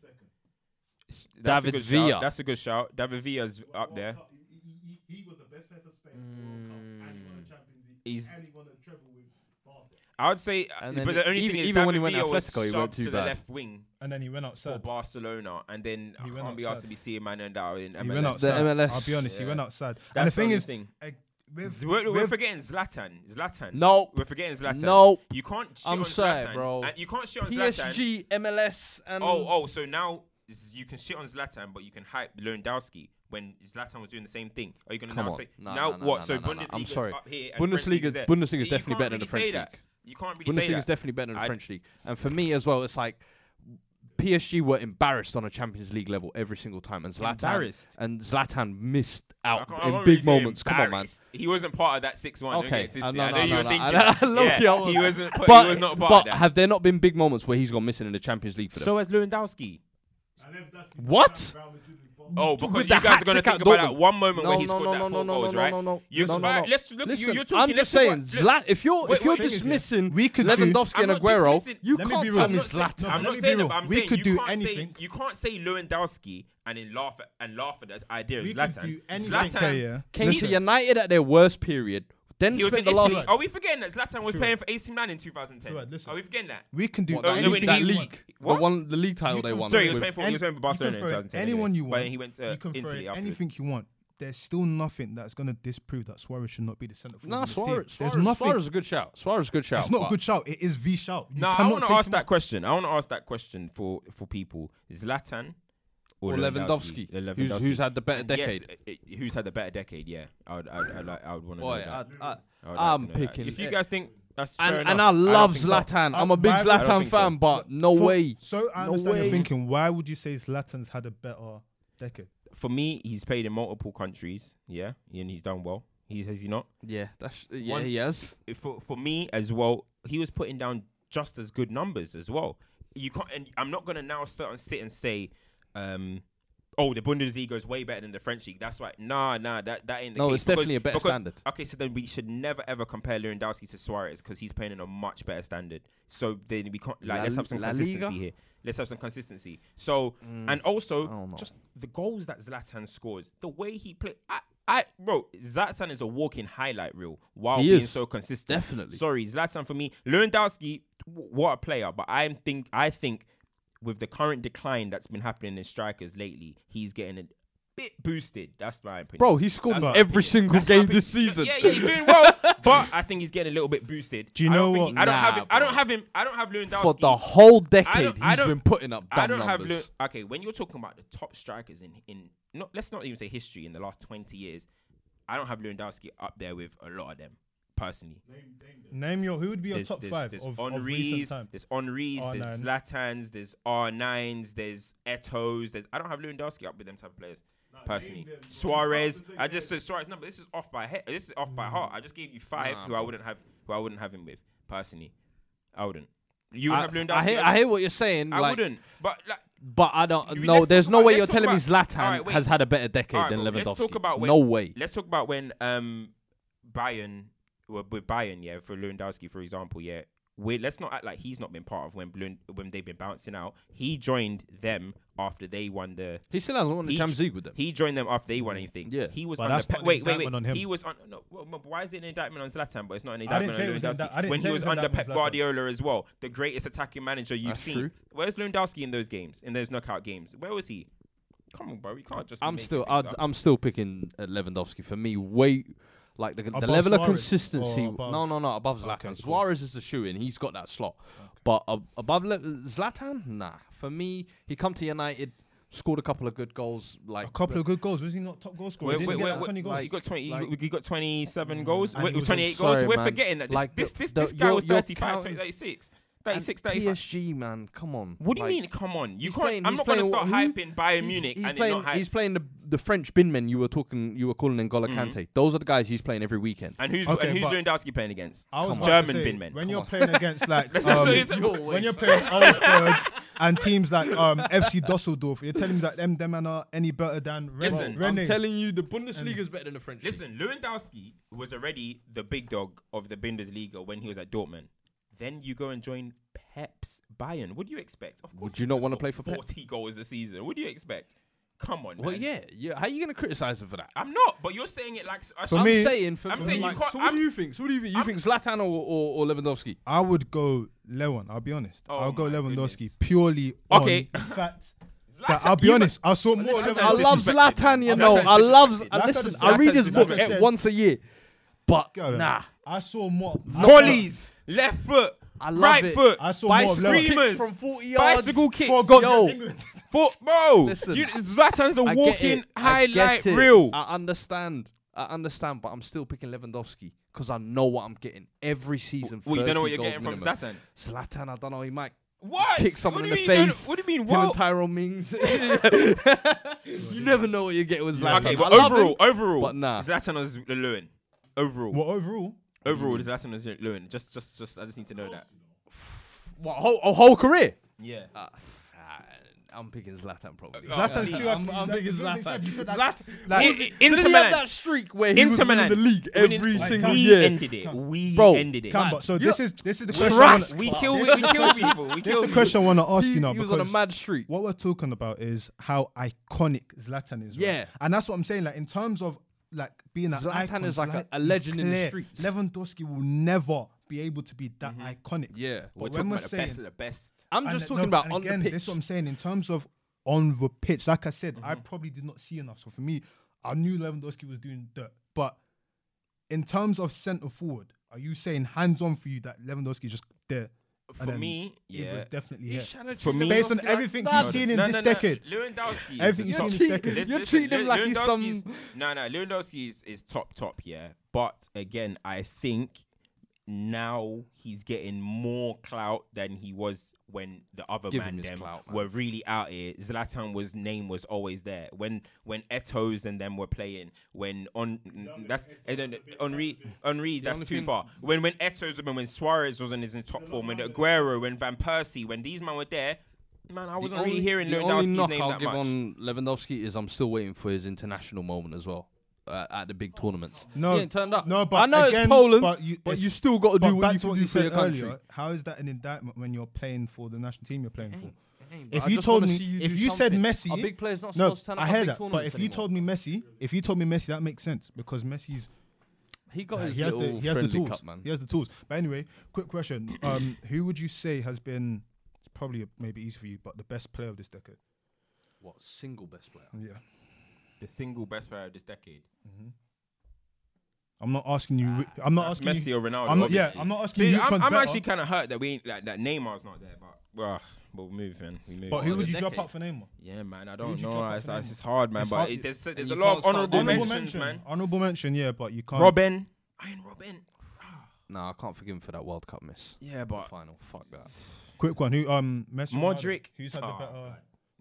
Speaker 3: S- That's
Speaker 2: David
Speaker 3: a good shout.
Speaker 2: Villa.
Speaker 3: That's a good shout. David Villa's up there.
Speaker 4: He, he- he- he was the best player for Spain in the World Cup, and he
Speaker 3: Mm.
Speaker 4: won a Champions League,
Speaker 3: He's-
Speaker 4: and he won a treble with Barca.
Speaker 3: I would say,
Speaker 2: And
Speaker 3: but
Speaker 2: then
Speaker 3: the only
Speaker 2: even-
Speaker 3: thing is
Speaker 2: even when he
Speaker 3: David
Speaker 2: went to
Speaker 3: Villa was
Speaker 2: Atletico, he
Speaker 3: shoved
Speaker 2: weren't
Speaker 3: to
Speaker 2: too
Speaker 3: the
Speaker 2: bad.
Speaker 3: left wing.
Speaker 1: And then he went
Speaker 3: for
Speaker 1: outside.
Speaker 3: Barcelona, and then I
Speaker 1: He went
Speaker 3: can't be asked
Speaker 1: outside.
Speaker 3: to be seeing Man and out in MLS.
Speaker 1: He went
Speaker 2: The
Speaker 1: outside.
Speaker 2: MLS.
Speaker 1: I'll be honest.
Speaker 3: Yeah.
Speaker 1: He went outside.
Speaker 3: That's
Speaker 1: and the thing
Speaker 3: only
Speaker 1: is,
Speaker 3: thing.
Speaker 1: uh, with,
Speaker 3: We're, we're
Speaker 1: with-
Speaker 3: forgetting Zlatan. Zlatan.
Speaker 2: Nope.
Speaker 3: we're forgetting Zlatan.
Speaker 2: Nope.
Speaker 3: you can't. Shit
Speaker 2: I'm
Speaker 3: on
Speaker 2: sorry,
Speaker 3: Zlatan.
Speaker 2: bro.
Speaker 3: And you can't shit on Zlatan.
Speaker 2: PSG, MLS, and
Speaker 3: Oh, oh, so now z- you can shit on Zlatan, but you can hype Lewandowski when Zlatan was doing the same thing. Are you gonna
Speaker 2: Come
Speaker 3: now
Speaker 2: on.
Speaker 3: say
Speaker 2: Nah,
Speaker 3: now
Speaker 2: nah, nah,
Speaker 3: what?
Speaker 2: nah,
Speaker 3: so
Speaker 2: nah, nah, nah.
Speaker 3: Bundesliga's
Speaker 2: I'm sorry.
Speaker 3: up here. and French
Speaker 2: Bundesliga's-
Speaker 3: league's there.
Speaker 2: Bundesliga's
Speaker 3: You
Speaker 2: definitely
Speaker 3: can't
Speaker 2: better than
Speaker 3: really
Speaker 2: the French
Speaker 3: say that.
Speaker 2: league.
Speaker 3: You can't really say
Speaker 2: Bundesliga is
Speaker 3: that.
Speaker 2: definitely better than the
Speaker 3: I-
Speaker 2: French league. And for me as well, it's like PSG were embarrassed on a Champions League level every single time, and Zlatan
Speaker 3: Embarrassed?
Speaker 2: and Zlatan missed
Speaker 3: I
Speaker 2: out
Speaker 3: can't- I
Speaker 2: in
Speaker 3: won't really
Speaker 2: big
Speaker 3: say
Speaker 2: moments. Come on, man.
Speaker 3: embarrassed. He wasn't part of that six-one. don't get
Speaker 2: Okay,
Speaker 3: it twisted.
Speaker 2: I know,
Speaker 3: I
Speaker 2: Uh, no,
Speaker 3: know you were
Speaker 2: no, no,
Speaker 3: thinking.
Speaker 2: I
Speaker 3: that.
Speaker 2: know- low-key I
Speaker 3: Yeah,
Speaker 2: was.
Speaker 3: He wasn't. part-
Speaker 2: But,
Speaker 3: He was not part of
Speaker 2: but
Speaker 3: that.
Speaker 2: have there not been big moments where he's gone missing in the Champions League for them?
Speaker 3: So has Lewandowski.
Speaker 4: And then that's
Speaker 2: What?
Speaker 4: Real Madrid with Barca.
Speaker 3: Oh, because
Speaker 2: With
Speaker 3: you
Speaker 2: the
Speaker 3: guys are going to
Speaker 2: hat-trick
Speaker 3: think
Speaker 2: at
Speaker 3: about that
Speaker 2: Dortmund.
Speaker 3: one moment
Speaker 2: no,
Speaker 3: where he
Speaker 2: no,
Speaker 3: scored
Speaker 2: no,
Speaker 3: that
Speaker 2: no,
Speaker 3: four
Speaker 2: no,
Speaker 3: goals,
Speaker 2: no,
Speaker 3: right?
Speaker 2: No, no, no,
Speaker 3: You-
Speaker 2: no, no,
Speaker 3: right,
Speaker 2: no.
Speaker 3: Let's look.
Speaker 2: Listen,
Speaker 3: you, you're talking.
Speaker 2: I'm just
Speaker 3: let's look
Speaker 2: saying, Zlat.
Speaker 3: at-
Speaker 2: If you're
Speaker 3: Wait,
Speaker 2: if you're
Speaker 3: wait, listen.
Speaker 2: dismissing
Speaker 1: We could do-
Speaker 2: Lewandowski and
Speaker 3: I'm not
Speaker 2: Aguero,
Speaker 3: dismissing-
Speaker 2: you
Speaker 1: Let me
Speaker 2: can't
Speaker 1: be
Speaker 2: tell
Speaker 1: real.
Speaker 2: me
Speaker 1: I'm not
Speaker 2: Zlatan.
Speaker 1: saying-
Speaker 3: I'm
Speaker 1: Let
Speaker 3: not
Speaker 1: me be
Speaker 3: saying that,
Speaker 1: real.
Speaker 3: but I'm
Speaker 1: We
Speaker 3: saying
Speaker 1: could
Speaker 3: you
Speaker 1: do
Speaker 3: can't
Speaker 1: anything.
Speaker 3: Say, you can't say Lewandowski and then laugh at and laugh at the idea of
Speaker 1: We could
Speaker 3: Zlatan.
Speaker 1: do anything.
Speaker 3: Zlatan,
Speaker 1: Okay, yeah.
Speaker 2: Came
Speaker 1: Listen.
Speaker 2: to United at their worst period, then
Speaker 3: he was
Speaker 2: spent
Speaker 3: in
Speaker 2: the
Speaker 3: Italy.
Speaker 2: last
Speaker 3: Are we forgetting that Zlatan was
Speaker 1: Fuad.
Speaker 3: playing for AC Milan in 2010?
Speaker 1: Fuad, listen.
Speaker 3: Are we forgetting that?
Speaker 1: We can do
Speaker 2: What,
Speaker 3: no,
Speaker 1: anything.
Speaker 3: no,
Speaker 2: that
Speaker 1: we
Speaker 2: league,
Speaker 1: want.
Speaker 3: What?
Speaker 2: the one, the league title
Speaker 1: You
Speaker 2: they
Speaker 1: can-
Speaker 2: won.
Speaker 3: Sorry, he was
Speaker 2: with-
Speaker 3: playing for he was playing
Speaker 1: you
Speaker 3: for
Speaker 1: can
Speaker 3: Barcelona in
Speaker 1: throw
Speaker 3: 2010. anyway.
Speaker 1: Anyone you want.
Speaker 3: But then he went to
Speaker 1: you can throw
Speaker 3: Italy
Speaker 1: in
Speaker 3: afterwards.
Speaker 1: anything you want. There's still nothing that's going to disprove that Suarez should not be the centre forward.
Speaker 2: Nah,
Speaker 1: in this team.
Speaker 2: Suarez.
Speaker 1: There's
Speaker 2: Suarez,
Speaker 1: nothing.
Speaker 2: Suarez is a good shout. Suarez is a good shout.
Speaker 1: it's not
Speaker 2: but
Speaker 1: a good shout. It is V shout. You
Speaker 3: No, I
Speaker 1: cannot
Speaker 3: want to
Speaker 1: take
Speaker 3: ask
Speaker 1: him
Speaker 3: that
Speaker 1: off.
Speaker 3: question. I want to ask that question for for people. Zlatan or,
Speaker 2: Or Lewandowski, who's,
Speaker 3: Lewandowski.
Speaker 2: who's had the better
Speaker 3: And yes,
Speaker 2: decade.
Speaker 3: uh, uh, who's had the better decade? Yeah, I would. I'd, I'd like. I would want to.
Speaker 2: Boy,
Speaker 3: know that.
Speaker 2: I, I,
Speaker 3: I would like
Speaker 2: I'm
Speaker 3: to know that.
Speaker 2: picking-
Speaker 3: If you guys think that's
Speaker 2: and,
Speaker 3: fair
Speaker 2: and I
Speaker 3: enough, don't
Speaker 2: love
Speaker 3: think so.
Speaker 2: Zlatan. I'm a
Speaker 1: Um,
Speaker 2: big
Speaker 1: I don't
Speaker 2: Zlatan
Speaker 3: think so.
Speaker 2: fan, but no
Speaker 1: For-
Speaker 2: way.
Speaker 1: So I
Speaker 2: No
Speaker 1: understand
Speaker 2: way.
Speaker 1: you're thinking, why would you say Zlatan's had a better decade?
Speaker 3: For me, he's played in multiple countries. Yeah, and he's done well. He has he not?
Speaker 2: Yeah, that's yeah,
Speaker 3: One-
Speaker 2: he has.
Speaker 3: If- For for me as well, he was putting down just as good numbers as well. You can't. And I'm not gonna now start and sit and say. um Oh, the Bundesliga is way better than the French league. That's right. Nah, nah, that, that ain't the
Speaker 2: No,
Speaker 3: case.
Speaker 2: it's definitely a better
Speaker 3: because-
Speaker 2: standard.
Speaker 3: Okay, so then we should never ever compare Lewandowski to Suarez because he's playing in a much better standard. So then we can't like
Speaker 2: La-
Speaker 3: let's have some
Speaker 2: La
Speaker 3: consistency
Speaker 2: Liga?
Speaker 3: here. Let's have some consistency. So and
Speaker 2: Mm. I don't
Speaker 3: also
Speaker 2: know.
Speaker 3: just the goals that Zlatan scores, the way he play. I, I bro, Zlatan is a walking highlight reel while
Speaker 2: He
Speaker 3: being
Speaker 2: is,
Speaker 3: so consistent.
Speaker 2: definitely.
Speaker 3: Sorry, Zlatan for me. Lewandowski, w- what a player. But I'm think I think with the current decline that's been happening in strikers lately, he's getting a bit boosted. That's my opinion.
Speaker 2: Bro, he scored
Speaker 3: That's my
Speaker 2: every
Speaker 3: opinion.
Speaker 2: single
Speaker 3: That's my
Speaker 2: game
Speaker 3: opinion.
Speaker 2: this
Speaker 3: No,
Speaker 2: season.
Speaker 3: Yeah, yeah, he's doing well, but I think he's getting a little bit boosted.
Speaker 1: Do you
Speaker 3: I don't
Speaker 1: know
Speaker 3: think
Speaker 1: what-
Speaker 3: he- I don't have
Speaker 2: Nah,
Speaker 3: him. I don't
Speaker 2: bro.
Speaker 3: have him. I don't have Lewandowski
Speaker 2: For the whole
Speaker 3: I
Speaker 2: decade,
Speaker 3: don't- I
Speaker 2: he's
Speaker 3: don't-
Speaker 2: been putting up
Speaker 3: I
Speaker 2: dumb
Speaker 3: don't have
Speaker 2: numbers.
Speaker 3: Lew- okay. When you're talking about the top strikers in in not let's not even say history in the last twenty years, I don't have Lewandowski up there with a lot of them personally.
Speaker 1: Name your who would be your
Speaker 3: There's,
Speaker 1: top
Speaker 3: there's,
Speaker 1: five
Speaker 3: there's
Speaker 1: of, of recent
Speaker 3: Henri's,
Speaker 1: time?
Speaker 3: there's Henri's,
Speaker 1: R9.
Speaker 3: there's Zlatans, there's R9s, there's Eto's, there's I don't have Lewandowski up with them type of players personally.
Speaker 4: name them, bro.
Speaker 3: Suarez,
Speaker 4: You can't
Speaker 3: I
Speaker 4: say
Speaker 3: just said Suarez. No, but this is off by head. This is off
Speaker 1: Mm.
Speaker 3: by heart. I just gave you five
Speaker 2: Nah,
Speaker 3: who I wouldn't have who I wouldn't have him with personally. I wouldn't. You
Speaker 2: I,
Speaker 3: wouldn't have Lewandowski.
Speaker 2: I hear,
Speaker 3: up
Speaker 2: I
Speaker 3: there?
Speaker 2: hear what you're saying.
Speaker 3: I
Speaker 2: like,
Speaker 3: wouldn't. But like,
Speaker 2: But I don't.
Speaker 3: You-
Speaker 2: No,
Speaker 3: let's
Speaker 2: there's
Speaker 3: talk
Speaker 2: no
Speaker 3: about-
Speaker 2: way
Speaker 3: let's
Speaker 2: you're
Speaker 3: talk
Speaker 2: telling me
Speaker 3: about-
Speaker 2: Zlatan
Speaker 3: Alright, wait.
Speaker 2: has had a better decade
Speaker 3: Alright,
Speaker 2: than
Speaker 3: bro,
Speaker 2: Lewandowski.
Speaker 3: let's talk about when-
Speaker 2: no way.
Speaker 3: let's talk about when um Bayern well, with Bayern, yeah, for Lewandowski, for example, yeah, we let's not act like he's not been part of when Blun, when they've been bouncing out. He joined them after they won the.
Speaker 2: He still hasn't won the
Speaker 3: He
Speaker 2: Champions
Speaker 3: j-
Speaker 2: League with them. Mm-hmm.
Speaker 3: He joined them after they won anything.
Speaker 2: Yeah.
Speaker 3: he was
Speaker 1: But
Speaker 3: under.
Speaker 1: that's
Speaker 3: pe-
Speaker 1: not an
Speaker 3: wait, wait, wait.
Speaker 1: indictment on him.
Speaker 3: He was on. No, well, but why is it an indictment on Zlatan? But it's not an
Speaker 1: I didn't
Speaker 3: indictment
Speaker 1: say it
Speaker 3: on
Speaker 1: was
Speaker 3: Lewandowski
Speaker 1: indi- I didn't
Speaker 3: when
Speaker 1: say
Speaker 3: he
Speaker 1: it
Speaker 3: was
Speaker 1: was
Speaker 3: under
Speaker 1: indictment on
Speaker 3: Pep
Speaker 1: Zlatan.
Speaker 3: Guardiola as well, the greatest attacking manager you've
Speaker 2: That's
Speaker 3: seen.
Speaker 2: true.
Speaker 3: Where's Lewandowski in those games? In those knockout games, where was he? Come on, bro, you can't just. be
Speaker 2: I'm
Speaker 3: making
Speaker 2: still
Speaker 3: things
Speaker 2: I'd,
Speaker 3: up.
Speaker 2: I'm still picking uh, Lewandowski for me. Way like the, the
Speaker 1: Above
Speaker 2: level of
Speaker 1: Suarez
Speaker 2: consistency.
Speaker 1: or above-
Speaker 2: No, no, no. Above Zlatan.
Speaker 1: Okay, cool.
Speaker 2: Suarez is the shoe in. He's got that slot. But uh, above Le- Zlatan, nah. For me, he come to United, scored a couple of good goals. Like
Speaker 1: A couple of good goals. Was he not top goal scorer?
Speaker 3: Wait,
Speaker 1: He
Speaker 3: wait,
Speaker 1: didn't
Speaker 3: wait,
Speaker 1: get like
Speaker 3: wait,
Speaker 1: 20 goals.
Speaker 3: He got twenty. he
Speaker 2: like- Mm.
Speaker 3: got- he got twenty-seven goals.
Speaker 1: And
Speaker 3: Wait,
Speaker 1: he was on-
Speaker 3: twenty-eight
Speaker 2: sorry,
Speaker 3: goals. We're
Speaker 2: man.
Speaker 3: forgetting that this
Speaker 2: Like,
Speaker 3: this,
Speaker 2: the-
Speaker 3: this,
Speaker 2: the-
Speaker 3: this guy
Speaker 2: you're-
Speaker 3: was
Speaker 2: you're
Speaker 3: 35,
Speaker 2: counting-
Speaker 3: 36,
Speaker 2: and
Speaker 3: 36, 35.
Speaker 2: PSG man, come on.
Speaker 3: What do you
Speaker 2: Like,
Speaker 3: mean? Come on,
Speaker 2: he's
Speaker 3: you can't.
Speaker 2: playing-
Speaker 3: I'm
Speaker 2: he's
Speaker 3: not going to
Speaker 2: playing
Speaker 3: start
Speaker 2: what-
Speaker 3: hyping Bayern
Speaker 2: He's-
Speaker 3: Munich
Speaker 2: he's playing,
Speaker 3: and then not hype. Mm-hmm.
Speaker 2: he's playing the, the French bin men you were talking you were calling N'Golo Kante. Those are the guys he's playing every weekend.
Speaker 3: And who's
Speaker 1: Okay,
Speaker 3: and who's
Speaker 1: but-
Speaker 3: Lewandowski playing against?
Speaker 1: I was
Speaker 3: Come
Speaker 1: about
Speaker 3: on.
Speaker 1: to
Speaker 3: German
Speaker 1: say,
Speaker 3: bin men.
Speaker 1: When
Speaker 3: Come
Speaker 1: you're
Speaker 3: on.
Speaker 1: playing against like
Speaker 3: That's
Speaker 1: um,
Speaker 3: what it's-
Speaker 1: when you're playing Augsburg and teams like um, FC Dusseldorf, you're telling me that them them man are any better than Ren-
Speaker 3: Listen, I'm
Speaker 1: Rennes.
Speaker 2: you, the Bundesliga is better than the French.
Speaker 3: Listen, Lewandowski was already the big dog of the Bundesliga when he was at Dortmund. Then you go and join Pep's Bayern. What do you expect? Of course,
Speaker 2: you not
Speaker 3: he's
Speaker 2: wanna
Speaker 3: got
Speaker 2: play for Pep?
Speaker 3: forty goals a season? What do you expect? Come on,
Speaker 2: Well,
Speaker 3: man.
Speaker 2: yeah, yeah. How are you going to criticize him for that?
Speaker 3: I'm not, but you're saying it like uh,
Speaker 1: For
Speaker 2: I'm
Speaker 1: me-
Speaker 2: saying, for,
Speaker 3: I'm
Speaker 2: for
Speaker 3: saying
Speaker 2: me,
Speaker 3: you
Speaker 2: like,
Speaker 3: can't-
Speaker 2: So what
Speaker 3: I'm-
Speaker 2: do you think? So what do you think? You
Speaker 3: I'm-
Speaker 2: think Zlatan or, or, or Lewandowski?
Speaker 1: I would go Lewin. I'll be honest.
Speaker 3: Oh
Speaker 1: I'll go
Speaker 3: my
Speaker 1: Lewandowski
Speaker 3: goodness.
Speaker 1: purely
Speaker 3: Okay.
Speaker 1: on the fact
Speaker 3: Zlatan-
Speaker 1: that I'll be
Speaker 3: you-
Speaker 1: honest. I saw more.
Speaker 3: Listen,
Speaker 1: Lewandowski.
Speaker 2: I love
Speaker 3: disrespected.
Speaker 2: Zlatan, you
Speaker 3: Zlatan's
Speaker 2: know. I love.
Speaker 3: disrespected.
Speaker 2: I listen.
Speaker 1: Zlatan's
Speaker 2: I read his book
Speaker 1: disrespected.
Speaker 2: eh, once a year, but
Speaker 1: Go on.
Speaker 2: nah.
Speaker 1: I saw more. I saw-
Speaker 3: volleys, left foot,
Speaker 2: I love
Speaker 3: right
Speaker 2: it.
Speaker 3: foot,
Speaker 1: I saw more of
Speaker 2: Bicycle
Speaker 1: Lewin.
Speaker 3: Scream-
Speaker 2: kicks
Speaker 3: Screamers.
Speaker 2: from 40 yards.
Speaker 3: bicycle kicks.
Speaker 1: Four goals
Speaker 2: Yo.
Speaker 1: against England.
Speaker 3: Foot, bro.
Speaker 2: Listen.
Speaker 3: you, Zlatan's a
Speaker 2: I get
Speaker 3: walking
Speaker 2: it. I get
Speaker 3: highlight
Speaker 2: it.
Speaker 3: reel.
Speaker 2: I understand. I understand, but I'm still picking Lewandowski because I know what I'm getting every season.
Speaker 3: well, you don't know what
Speaker 2: 30
Speaker 3: you're getting
Speaker 2: goals
Speaker 3: from
Speaker 2: minimum.
Speaker 3: Zlatan.
Speaker 2: Zlatan, I don't know. He might
Speaker 3: What?
Speaker 2: kick someone
Speaker 3: what
Speaker 2: in the
Speaker 3: do you mean you don't-
Speaker 2: face.
Speaker 3: What do you mean?
Speaker 2: Him and
Speaker 3: What?
Speaker 2: Tyrone Mings. you never know what you get with Zlatan. I
Speaker 3: Okay, but
Speaker 2: love him,
Speaker 3: overall, overall,
Speaker 2: but nah.
Speaker 3: Zlatan was the Lewin. Overall,
Speaker 1: Well, overall,
Speaker 3: overall, Zlatan was Lewin. Just, just, just. I just need to know that.
Speaker 2: What, whole, a whole career?
Speaker 3: Yeah.
Speaker 2: Uh, f- uh, I'm picking Zlatan probably.
Speaker 3: Uh,
Speaker 1: Zlatan's
Speaker 3: yeah.
Speaker 1: too.
Speaker 2: I'm, I'm
Speaker 1: that-
Speaker 2: picking
Speaker 1: the things
Speaker 2: Zlatan.
Speaker 1: you said, like-
Speaker 2: Zlatan.
Speaker 1: like-
Speaker 3: I- I- Inter
Speaker 2: Did he have
Speaker 3: Milan.
Speaker 2: that streak where he
Speaker 3: Inter
Speaker 2: was winning
Speaker 3: Milan.
Speaker 2: the league
Speaker 3: We
Speaker 2: every
Speaker 3: didn't-
Speaker 2: single
Speaker 3: we
Speaker 2: year?
Speaker 3: ended it. We
Speaker 2: Bro,
Speaker 3: ended it.
Speaker 1: Come, but so
Speaker 2: You
Speaker 1: this
Speaker 2: know-
Speaker 1: is this is the
Speaker 2: Trash.
Speaker 1: question. I wanna-
Speaker 3: we kill, we, we kill people. We
Speaker 1: This is the
Speaker 3: kill people.
Speaker 1: question I want to ask
Speaker 2: He,
Speaker 1: you now
Speaker 2: he was on a
Speaker 1: because
Speaker 2: mad streak.
Speaker 1: what we're talking about is how iconic Zlatan is. right?
Speaker 2: Yeah.
Speaker 1: and that's what I'm saying. Like in terms of like being an
Speaker 2: Zlatan
Speaker 1: icon,
Speaker 2: is like a-
Speaker 1: Zla-
Speaker 2: a
Speaker 1: is
Speaker 2: legend in the
Speaker 1: clear.
Speaker 2: streets. Mm-hmm.
Speaker 1: Lewandowski will never be able to be that iconic.
Speaker 2: Yeah.
Speaker 1: But
Speaker 3: We're
Speaker 1: when
Speaker 3: talking
Speaker 1: we're
Speaker 3: about the best
Speaker 1: saying-
Speaker 3: of the best.
Speaker 2: I'm
Speaker 1: And
Speaker 2: just
Speaker 1: no,
Speaker 2: talking about
Speaker 1: and
Speaker 2: on
Speaker 1: again,
Speaker 2: the
Speaker 1: This
Speaker 2: pitch. Mm-hmm.
Speaker 1: is what I'm saying in terms of on the pitch. Like I said, I probably did not see enough. So for me, I knew Lewandowski was doing dirt. But in terms of centre forward, are you saying hands on for you that Lewandowski is just there?
Speaker 3: For
Speaker 1: then
Speaker 3: me,
Speaker 1: he
Speaker 3: yeah.
Speaker 1: was definitely
Speaker 2: He's
Speaker 1: here.
Speaker 2: trying to
Speaker 3: For
Speaker 2: treat
Speaker 3: me-
Speaker 2: Lewandowski
Speaker 1: Based on
Speaker 2: like
Speaker 1: everything
Speaker 2: that.
Speaker 1: you've seen in
Speaker 3: no,
Speaker 1: this
Speaker 3: no,
Speaker 1: decade.
Speaker 3: No. Lewandowski. is-
Speaker 1: Everything you've seen
Speaker 2: You're
Speaker 1: in this
Speaker 2: cheating.
Speaker 1: decade.
Speaker 2: You're treating him like he's some-
Speaker 3: Lewandowski's- No, no. Lewandowski is, is top, top, yeah. But again, I think now he's getting more clout than he was when the other
Speaker 2: Give him
Speaker 3: man
Speaker 2: his
Speaker 3: them
Speaker 2: clout, man.
Speaker 3: were really out here. Zlatan was name was always there when when Eto's and them were playing. When on that's eh, no, no, Henri Henri that's
Speaker 2: only
Speaker 3: too
Speaker 2: thing-
Speaker 3: far. When when Eto's and when Suarez was in his top form. When Aguero, when Van Persie, when these men were there. Man, I wasn't really hearing
Speaker 2: the
Speaker 3: Lewandowski's
Speaker 2: only knock
Speaker 3: name
Speaker 2: I'll
Speaker 3: that
Speaker 2: give
Speaker 3: much.
Speaker 2: on Lewandowski is I'm still waiting for his international moment as well uh, at the big tournaments.
Speaker 1: No,
Speaker 2: he ain't turned up.
Speaker 1: No, but
Speaker 2: I know
Speaker 1: again,
Speaker 2: it's Poland,
Speaker 1: but you,
Speaker 2: but
Speaker 1: it's-
Speaker 2: you still got to
Speaker 1: but
Speaker 2: do
Speaker 1: back
Speaker 2: what
Speaker 1: to
Speaker 2: you can do for
Speaker 1: said
Speaker 2: your country.
Speaker 1: earlier, How is that an indictment when you're playing for the national team you're playing for?
Speaker 2: ain't,
Speaker 1: If
Speaker 2: bro. I
Speaker 1: you
Speaker 2: just
Speaker 1: told
Speaker 2: wanna
Speaker 1: me,
Speaker 2: see you
Speaker 1: if
Speaker 2: do
Speaker 1: you said
Speaker 2: something.
Speaker 1: Messi,
Speaker 2: A big player's not
Speaker 1: no,
Speaker 2: supposed to turn
Speaker 1: I
Speaker 2: up at
Speaker 1: hear
Speaker 2: big
Speaker 1: that. But
Speaker 2: tournaments
Speaker 1: if you
Speaker 2: anymore.
Speaker 1: told me Messi, if you told me Messi, that makes sense because Messi's
Speaker 2: he got
Speaker 1: Nah,
Speaker 2: his
Speaker 1: he has the
Speaker 2: little
Speaker 1: he has the
Speaker 2: friendly
Speaker 1: tools.
Speaker 2: cup, man.
Speaker 1: He has the tools. But anyway, quick question: um, Who would you say has been it's probably maybe easy for you, but the best player of this decade?
Speaker 2: What single best player?
Speaker 1: Yeah,
Speaker 3: the single best player of this decade.
Speaker 1: I'm not asking you. whi- I'm not
Speaker 3: That's
Speaker 1: asking
Speaker 3: Messi
Speaker 1: you.
Speaker 3: or Ronaldo.
Speaker 1: I'm not, yeah,
Speaker 3: obviously.
Speaker 1: I'm not asking
Speaker 3: See,
Speaker 1: you. which
Speaker 3: I'm,
Speaker 1: one's
Speaker 3: I'm
Speaker 1: better,
Speaker 3: actually kind of hurt that we ain't, like, that Neymar's not there, but well, we'll move, man. We move.
Speaker 1: But who
Speaker 2: of
Speaker 1: would
Speaker 2: the
Speaker 1: you drop
Speaker 2: decade.
Speaker 1: out for Neymar?
Speaker 3: yeah, man. I
Speaker 1: would
Speaker 3: don't
Speaker 1: you
Speaker 3: know.
Speaker 1: drop out
Speaker 3: It's,
Speaker 1: for
Speaker 3: it's
Speaker 1: Neymar?
Speaker 3: just hard, man.
Speaker 1: It's
Speaker 3: but
Speaker 1: hard.
Speaker 3: It, there's there's
Speaker 2: you
Speaker 3: a lot
Speaker 2: can't
Speaker 3: of
Speaker 2: start honorable
Speaker 3: honorable
Speaker 1: Honorable Um,
Speaker 3: mentions,
Speaker 1: mention.
Speaker 3: man.
Speaker 1: Honorable mention. Yeah, but you can't.
Speaker 3: Robin, I ain't Robin.
Speaker 2: No, I can't forgive him for that World Cup miss.
Speaker 3: Yeah,
Speaker 2: The
Speaker 3: but
Speaker 2: final, fuck that.
Speaker 1: Quick one. Who? Um, Messi. or Ronaldo?
Speaker 3: Modric.
Speaker 1: Who's had the
Speaker 3: Oh,
Speaker 1: better?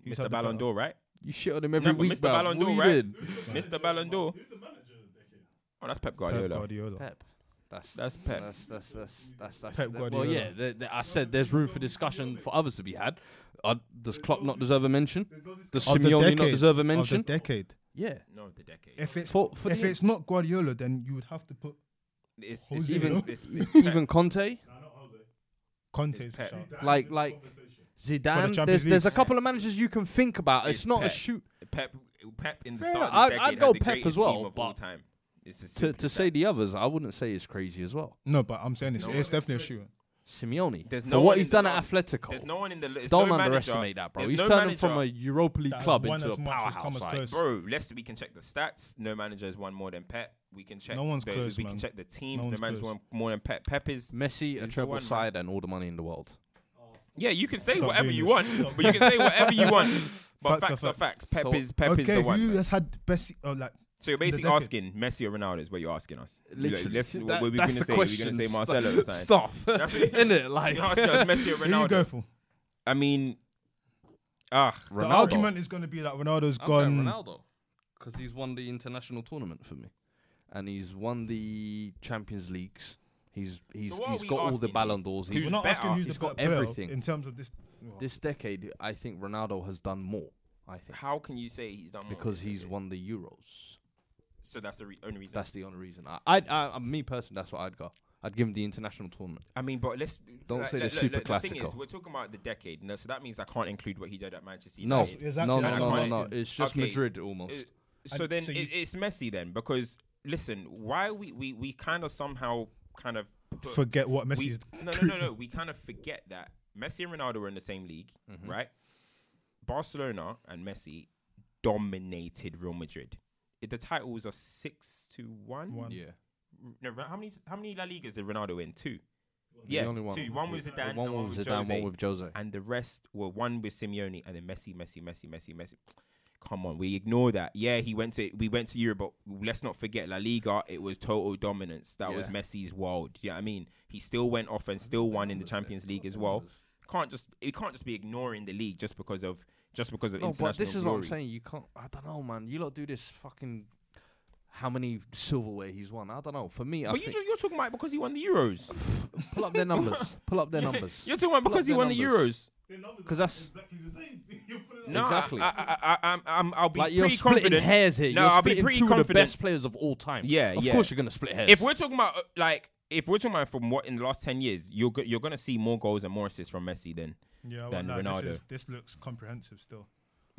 Speaker 1: who's had
Speaker 3: Mr.
Speaker 1: the
Speaker 3: Ballon
Speaker 1: better-
Speaker 3: d'Or, right?
Speaker 2: You shit on him every
Speaker 3: but
Speaker 2: week,
Speaker 3: Mr.
Speaker 2: bruv.
Speaker 3: Ballon
Speaker 2: What
Speaker 3: d'or,
Speaker 2: you
Speaker 3: right?
Speaker 2: did?
Speaker 3: Mr. Ballon d'Or.
Speaker 4: Who's the manager of the decade?
Speaker 3: Oh, that's Pep
Speaker 1: Pep
Speaker 3: Guardiola.
Speaker 1: Guardiola.
Speaker 2: Pep. That's
Speaker 3: That's Pep.
Speaker 2: That's that's that's that's, that's
Speaker 1: Pep
Speaker 2: that- well,
Speaker 1: Guardiola.
Speaker 2: yeah. th th- I said there's room for discussion for others to be had. Uh, does Klopp not deserve a mention? Does
Speaker 1: Of the
Speaker 2: Simeone not
Speaker 1: decade-
Speaker 2: deserve a
Speaker 1: Of
Speaker 2: mention?
Speaker 1: the decade.
Speaker 2: Yeah.
Speaker 3: No, of the decade.
Speaker 1: If it's
Speaker 2: For, for
Speaker 1: if
Speaker 2: the-
Speaker 1: it's not Guardiola, then you would have to put.
Speaker 3: it's,
Speaker 1: Jose,
Speaker 3: it's
Speaker 2: even-
Speaker 3: even it's, it's,
Speaker 2: even Conte,
Speaker 4: Nah, not Jose.
Speaker 1: Conte
Speaker 3: His
Speaker 1: is
Speaker 3: pet.
Speaker 1: a shout.
Speaker 4: That
Speaker 2: Like-
Speaker 4: is in
Speaker 2: like-
Speaker 4: conversation.
Speaker 2: Zidane.
Speaker 1: Champions
Speaker 2: there's there's a
Speaker 1: Leagues.
Speaker 2: couple of managers you can think about. It's
Speaker 3: It's
Speaker 2: not a
Speaker 3: Pep.
Speaker 2: shoot
Speaker 3: Pep, Pep in the
Speaker 2: Fair
Speaker 3: start
Speaker 2: enough.
Speaker 3: of
Speaker 2: I'd-
Speaker 3: the
Speaker 2: I'd
Speaker 3: decade
Speaker 2: go
Speaker 3: had the
Speaker 2: Pep as
Speaker 3: greatest
Speaker 2: well,
Speaker 3: team of all
Speaker 2: but
Speaker 3: time. It's as
Speaker 2: to,
Speaker 3: simple
Speaker 2: to
Speaker 3: as
Speaker 2: say
Speaker 3: that.
Speaker 2: the others. I wouldn't say it's crazy as well.
Speaker 1: No, but I'm saying it's,
Speaker 4: No,
Speaker 1: it's
Speaker 4: but-
Speaker 1: definitely a shoe.
Speaker 2: Simeone.
Speaker 3: There's
Speaker 2: for
Speaker 3: no
Speaker 2: what
Speaker 3: one
Speaker 2: he's
Speaker 3: in the
Speaker 2: done at
Speaker 3: last-
Speaker 2: Atletico.
Speaker 3: There's no one in the. There's
Speaker 2: Don't
Speaker 3: no manager-
Speaker 2: underestimate that, bro.
Speaker 3: there's
Speaker 2: He's
Speaker 3: no
Speaker 2: turned him
Speaker 3: manager-
Speaker 2: from a Europa League
Speaker 1: has
Speaker 2: club
Speaker 1: won
Speaker 2: into a
Speaker 1: as much as come
Speaker 2: powerhouse.
Speaker 1: as
Speaker 2: like,
Speaker 1: close.
Speaker 3: Bro, let's we can check the stats. No manager has won more than Pep. We can check.
Speaker 1: No one's
Speaker 3: the,
Speaker 1: close,
Speaker 3: We
Speaker 1: man.
Speaker 3: can check the teams.
Speaker 1: No
Speaker 3: No,
Speaker 1: one's
Speaker 3: manager's
Speaker 1: close.
Speaker 3: won more than Pep. Pep is.
Speaker 2: Messi, a
Speaker 3: the
Speaker 2: treble
Speaker 3: one, man.
Speaker 2: side, and all the money in the world.
Speaker 3: Yeah, you can say
Speaker 1: Stop
Speaker 3: whatever
Speaker 1: doing
Speaker 3: you
Speaker 1: this.
Speaker 3: want,
Speaker 1: Stop
Speaker 3: but you can say whatever you want. But
Speaker 1: Facts are
Speaker 3: facts are
Speaker 1: facts.
Speaker 3: facts. Pep
Speaker 2: So-
Speaker 3: is Pep is
Speaker 1: okay,
Speaker 3: the one.
Speaker 1: who
Speaker 3: man.
Speaker 1: has had best? Oh, like
Speaker 3: So you're
Speaker 1: the
Speaker 3: basically
Speaker 1: decade?
Speaker 3: asking Messi or Ronaldo is what you're asking us.
Speaker 2: Literally,
Speaker 3: Like, let's,
Speaker 2: That-
Speaker 3: what we're
Speaker 2: that's
Speaker 3: going to
Speaker 2: the
Speaker 3: say. We're
Speaker 2: question.
Speaker 3: going to say
Speaker 2: Stop-
Speaker 3: Marcelo. or something.
Speaker 2: Stop,
Speaker 3: That's it.
Speaker 2: in it, like
Speaker 3: You're asking us Messi or
Speaker 1: who you go
Speaker 3: Ronaldo.
Speaker 1: for?
Speaker 3: I mean, ah,
Speaker 1: The
Speaker 2: Ronaldo.
Speaker 1: argument is going to be that Ronaldo's
Speaker 2: I'm
Speaker 1: gone.
Speaker 2: going Ronaldo because he's won the international tournament for me, and he's won the Champions Leagues. He's he's
Speaker 3: what are
Speaker 2: he's
Speaker 3: we
Speaker 2: got all the
Speaker 3: asking?
Speaker 2: Ballon d'Ors.
Speaker 3: Who's
Speaker 2: He's
Speaker 1: We're not
Speaker 3: better?
Speaker 1: asking who's
Speaker 2: He's
Speaker 1: the
Speaker 2: got
Speaker 1: better player
Speaker 2: everything.
Speaker 1: in terms of this. well,
Speaker 2: this decade, I think Ronaldo has done more. I think
Speaker 3: how can you say he's done more?
Speaker 2: because he's won the Euros.
Speaker 3: So that's the re- only reason.
Speaker 2: That's the only reason. I, I, I, I me personally, that's what I'd go. I'd give him the international tournament.
Speaker 3: I mean, but let's
Speaker 2: Don't say the
Speaker 3: look, The thing
Speaker 2: Superclásico.
Speaker 3: is, we're talking about the decade, no, so that means I can't include what he did at Manchester
Speaker 2: No,
Speaker 3: United.
Speaker 1: exactly-
Speaker 2: no, no,
Speaker 1: that's
Speaker 2: no,
Speaker 1: what
Speaker 2: no,
Speaker 1: I'm
Speaker 2: no.
Speaker 1: asking.
Speaker 2: It's just
Speaker 3: Okay.
Speaker 2: Madrid almost.
Speaker 3: It- so
Speaker 1: And
Speaker 3: then
Speaker 1: so you-
Speaker 3: it, it's messy then because listen, why we we, we kind of somehow kind of put-
Speaker 1: Forget what
Speaker 3: we,
Speaker 1: Messi's.
Speaker 3: no no no no we kind of forget that Messi and Ronaldo were in the same league,
Speaker 2: Mm-hmm.
Speaker 3: right? Barcelona and Messi dominated Real Madrid. It- The titles are six to one.
Speaker 1: One.
Speaker 2: yeah,
Speaker 3: No, how many how many La Ligas did Ronaldo win? Two. Yeah,
Speaker 2: only one.
Speaker 3: two. One with
Speaker 2: The
Speaker 3: Zidane,
Speaker 2: one with Zidane,
Speaker 3: Jose
Speaker 2: one with Jose.
Speaker 3: and the rest were one with Simeone and then Messi, Messi, Messi, Messi, Messi. Come on, we ignore that. Yeah, he went to we went to Europe, but let's not forget La Liga. It was total dominance. That was
Speaker 2: Yeah.
Speaker 3: Messi's world. Yeah, I mean, he still went off and still won in the Champions League as well. Can't just it can't just be ignoring the league just because of just because of
Speaker 2: No,
Speaker 3: international
Speaker 2: but this is what I'm
Speaker 3: glory.
Speaker 2: saying. You can't. I don't know, man. You lot do this fucking. How many silverware he's won? I don't know. For me, I
Speaker 3: But you
Speaker 2: think
Speaker 3: just, you're talking about because he won the Euros.
Speaker 2: pull up their numbers. pull up their numbers.
Speaker 3: You're talking about
Speaker 2: Pull up
Speaker 3: because he
Speaker 2: their
Speaker 3: won the
Speaker 2: numbers.
Speaker 3: Euros.
Speaker 4: Their numbers
Speaker 2: Because
Speaker 4: are
Speaker 2: that's-
Speaker 4: exactly the same. You're putting it
Speaker 3: No,
Speaker 4: up.
Speaker 2: Exactly.
Speaker 3: I, I, I, I, I'm- I'm, I'll be
Speaker 2: Like you're
Speaker 3: pretty
Speaker 2: splitting
Speaker 3: confident.
Speaker 2: hairs here.
Speaker 3: No,
Speaker 2: you're
Speaker 3: I'll be
Speaker 2: splitting
Speaker 3: pretty
Speaker 2: two of the
Speaker 3: confident.
Speaker 2: best players of all time.
Speaker 3: Yeah,
Speaker 2: of
Speaker 3: yeah.
Speaker 2: course you're gonna split hairs.
Speaker 3: if we're talking about uh, like if we're talking about from what in the last ten years, you're go- you're gonna see more goals and more assists from Messi than
Speaker 1: Yeah, well,
Speaker 3: than
Speaker 1: no,
Speaker 3: Ronaldo.
Speaker 1: This, is, this looks comprehensive still.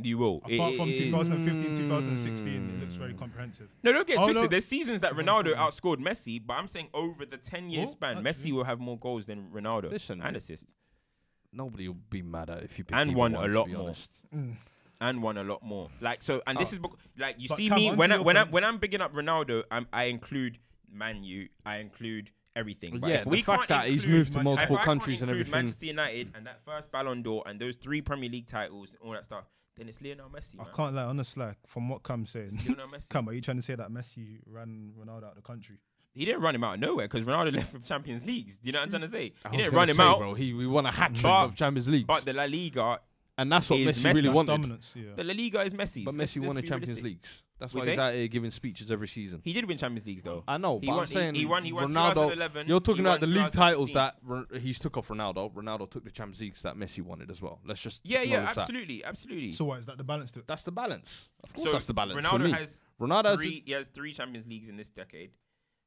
Speaker 3: you will. It-
Speaker 1: Apart
Speaker 3: it-
Speaker 1: from
Speaker 3: it is-
Speaker 1: 2015, 2016, it looks very comprehensive.
Speaker 3: No, don't get
Speaker 1: Oh,
Speaker 3: twisted.
Speaker 1: no.
Speaker 3: There's seasons that
Speaker 1: 2014.
Speaker 3: Ronaldo outscored Messi, but I'm saying over the ten year
Speaker 1: Well,
Speaker 3: span,
Speaker 1: Oh, actually-
Speaker 3: Messi will have more goals than Ronaldo
Speaker 2: Listen,
Speaker 3: and
Speaker 2: we-
Speaker 3: assists
Speaker 2: Nobody will be mad at if you pick
Speaker 3: And
Speaker 2: either
Speaker 3: won a
Speaker 2: one, to
Speaker 3: lot
Speaker 2: be
Speaker 3: more.
Speaker 2: honest.
Speaker 3: and won a lot more. Like so, and this is bec- like you
Speaker 1: Oh. But
Speaker 3: see
Speaker 1: Cam,
Speaker 3: me
Speaker 1: onto
Speaker 3: when I,
Speaker 1: your
Speaker 3: when I
Speaker 1: point-
Speaker 3: when I'm bigging up Ronaldo, I'm, I include Man U, I include. Everything. But
Speaker 2: yeah,
Speaker 3: if
Speaker 2: the
Speaker 3: we
Speaker 2: fact
Speaker 3: can't
Speaker 2: that he's
Speaker 3: include
Speaker 2: moved to
Speaker 1: Man-
Speaker 2: multiple
Speaker 3: if I
Speaker 2: countries
Speaker 3: can't
Speaker 2: and
Speaker 3: include
Speaker 2: everything.
Speaker 3: Manchester United and that first Ballon d'Or and those three Premier League titles and all that stuff, then it's Lionel Messi.
Speaker 1: I
Speaker 3: man.
Speaker 1: can't lie, honestly, like, from what Cam's saying.
Speaker 3: It's Lionel Messi.
Speaker 1: Cam, are you trying to say that Messi ran Ronaldo out of the country?
Speaker 3: He didn't run him out of nowhere because Ronaldo left with Champions Leagues. Do you know what I'm trying to say?
Speaker 2: I
Speaker 3: He
Speaker 2: was
Speaker 3: didn't
Speaker 2: gonna
Speaker 3: run him
Speaker 2: say,
Speaker 3: out,
Speaker 2: bro. He we won a hat trick
Speaker 3: But-
Speaker 2: of Champions League,
Speaker 3: but the La Liga,
Speaker 2: and that's what
Speaker 3: is
Speaker 2: Messi
Speaker 3: Messi-
Speaker 2: really
Speaker 3: That's
Speaker 1: That's
Speaker 2: wanted.
Speaker 1: dominance, yeah.
Speaker 3: the La Liga is Messi.
Speaker 2: But Messi won a Champions Leagues. That's
Speaker 3: Was
Speaker 2: why he's
Speaker 3: he?
Speaker 2: out here giving speeches every season.
Speaker 3: He did win Champions Leagues though.
Speaker 2: I know,
Speaker 3: He
Speaker 2: but
Speaker 3: won,
Speaker 2: I'm saying
Speaker 3: he, he won. He won
Speaker 2: Ronaldo.
Speaker 3: 2011.
Speaker 2: You're talking
Speaker 3: he
Speaker 2: about the
Speaker 3: won
Speaker 2: league titles
Speaker 3: 2016.
Speaker 2: that Ron- he's took off Ronaldo. Ronaldo took the Champions Leagues that Messi wanted as well. Let's just
Speaker 3: Yeah, yeah,
Speaker 2: acknowledge that.
Speaker 3: absolutely, absolutely.
Speaker 1: So what is that the balance to it?
Speaker 2: That's the balance. Of course,
Speaker 3: So
Speaker 2: that's the balance
Speaker 3: Ronaldo
Speaker 2: for me.
Speaker 3: has
Speaker 2: Ronaldo has
Speaker 3: three, he has three Champions Leagues in this decade.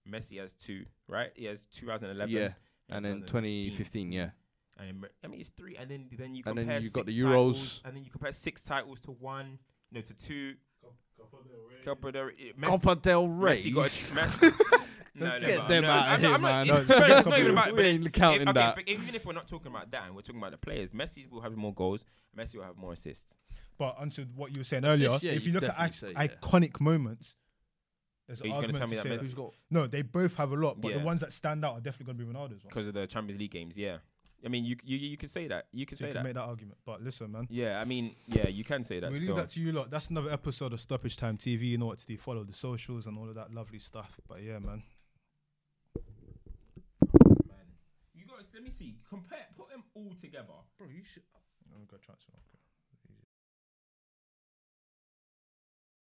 Speaker 3: Messi has two, right? He has 2011.
Speaker 2: yeah, and then
Speaker 3: 2015.
Speaker 2: 2015, yeah.
Speaker 3: And then, I mean, it's three, and then then you
Speaker 2: And then
Speaker 3: compare
Speaker 2: you got
Speaker 3: six
Speaker 2: the
Speaker 3: titles,
Speaker 2: Euros.
Speaker 3: and then you compare six titles to one, no, to two.
Speaker 4: Copa del Rey.
Speaker 3: Copa del Rey- Messi-
Speaker 2: Copa del Rey.
Speaker 3: Messi got a, Messi, no,
Speaker 2: Let's
Speaker 3: no,
Speaker 2: get
Speaker 3: no,
Speaker 2: them
Speaker 3: no,
Speaker 2: out of
Speaker 3: I'm
Speaker 2: here,
Speaker 3: not- I'm
Speaker 2: man.
Speaker 3: not- it's
Speaker 1: No,
Speaker 3: fair,
Speaker 1: it's
Speaker 3: it's not
Speaker 1: Copa
Speaker 3: even
Speaker 1: del
Speaker 2: Rey.
Speaker 3: about- but
Speaker 2: We
Speaker 3: then-
Speaker 2: ain't counting
Speaker 3: if- okay,
Speaker 2: that.
Speaker 3: if- even if we're not talking about that, and we're talking about the players, Messi will have more goals. Messi will have more assists.
Speaker 1: But onto what you were saying
Speaker 2: Assist,
Speaker 1: earlier,
Speaker 2: yeah,
Speaker 1: if
Speaker 2: you
Speaker 1: you look at
Speaker 2: definitely
Speaker 1: ic-
Speaker 2: say, yeah.
Speaker 1: iconic moments, there's
Speaker 3: Are
Speaker 1: an
Speaker 3: you gonna
Speaker 1: argument
Speaker 3: tell me
Speaker 1: to
Speaker 3: that
Speaker 1: say
Speaker 3: Messi-
Speaker 1: that.
Speaker 2: Who's got?
Speaker 1: No, they both have a lot, but
Speaker 3: Yeah.
Speaker 1: the ones that stand out are definitely going to be Ronaldo's one.
Speaker 3: because of the Champions League games. Yeah, I mean, you you you could say that. You could
Speaker 1: So
Speaker 3: say
Speaker 1: you can
Speaker 3: that.
Speaker 1: make that argument. But listen, man,
Speaker 3: yeah, I mean, yeah, you can say that.
Speaker 1: we
Speaker 3: Still.
Speaker 1: leave that to you lot. That's another episode of Stoppage Time TV. You know what to do. Follow the socials and all of that lovely stuff. But yeah, man.
Speaker 3: Man. You got. Let me see. Compare. Put them all together.
Speaker 1: Bro, you should. I'm gonna go transfer. market.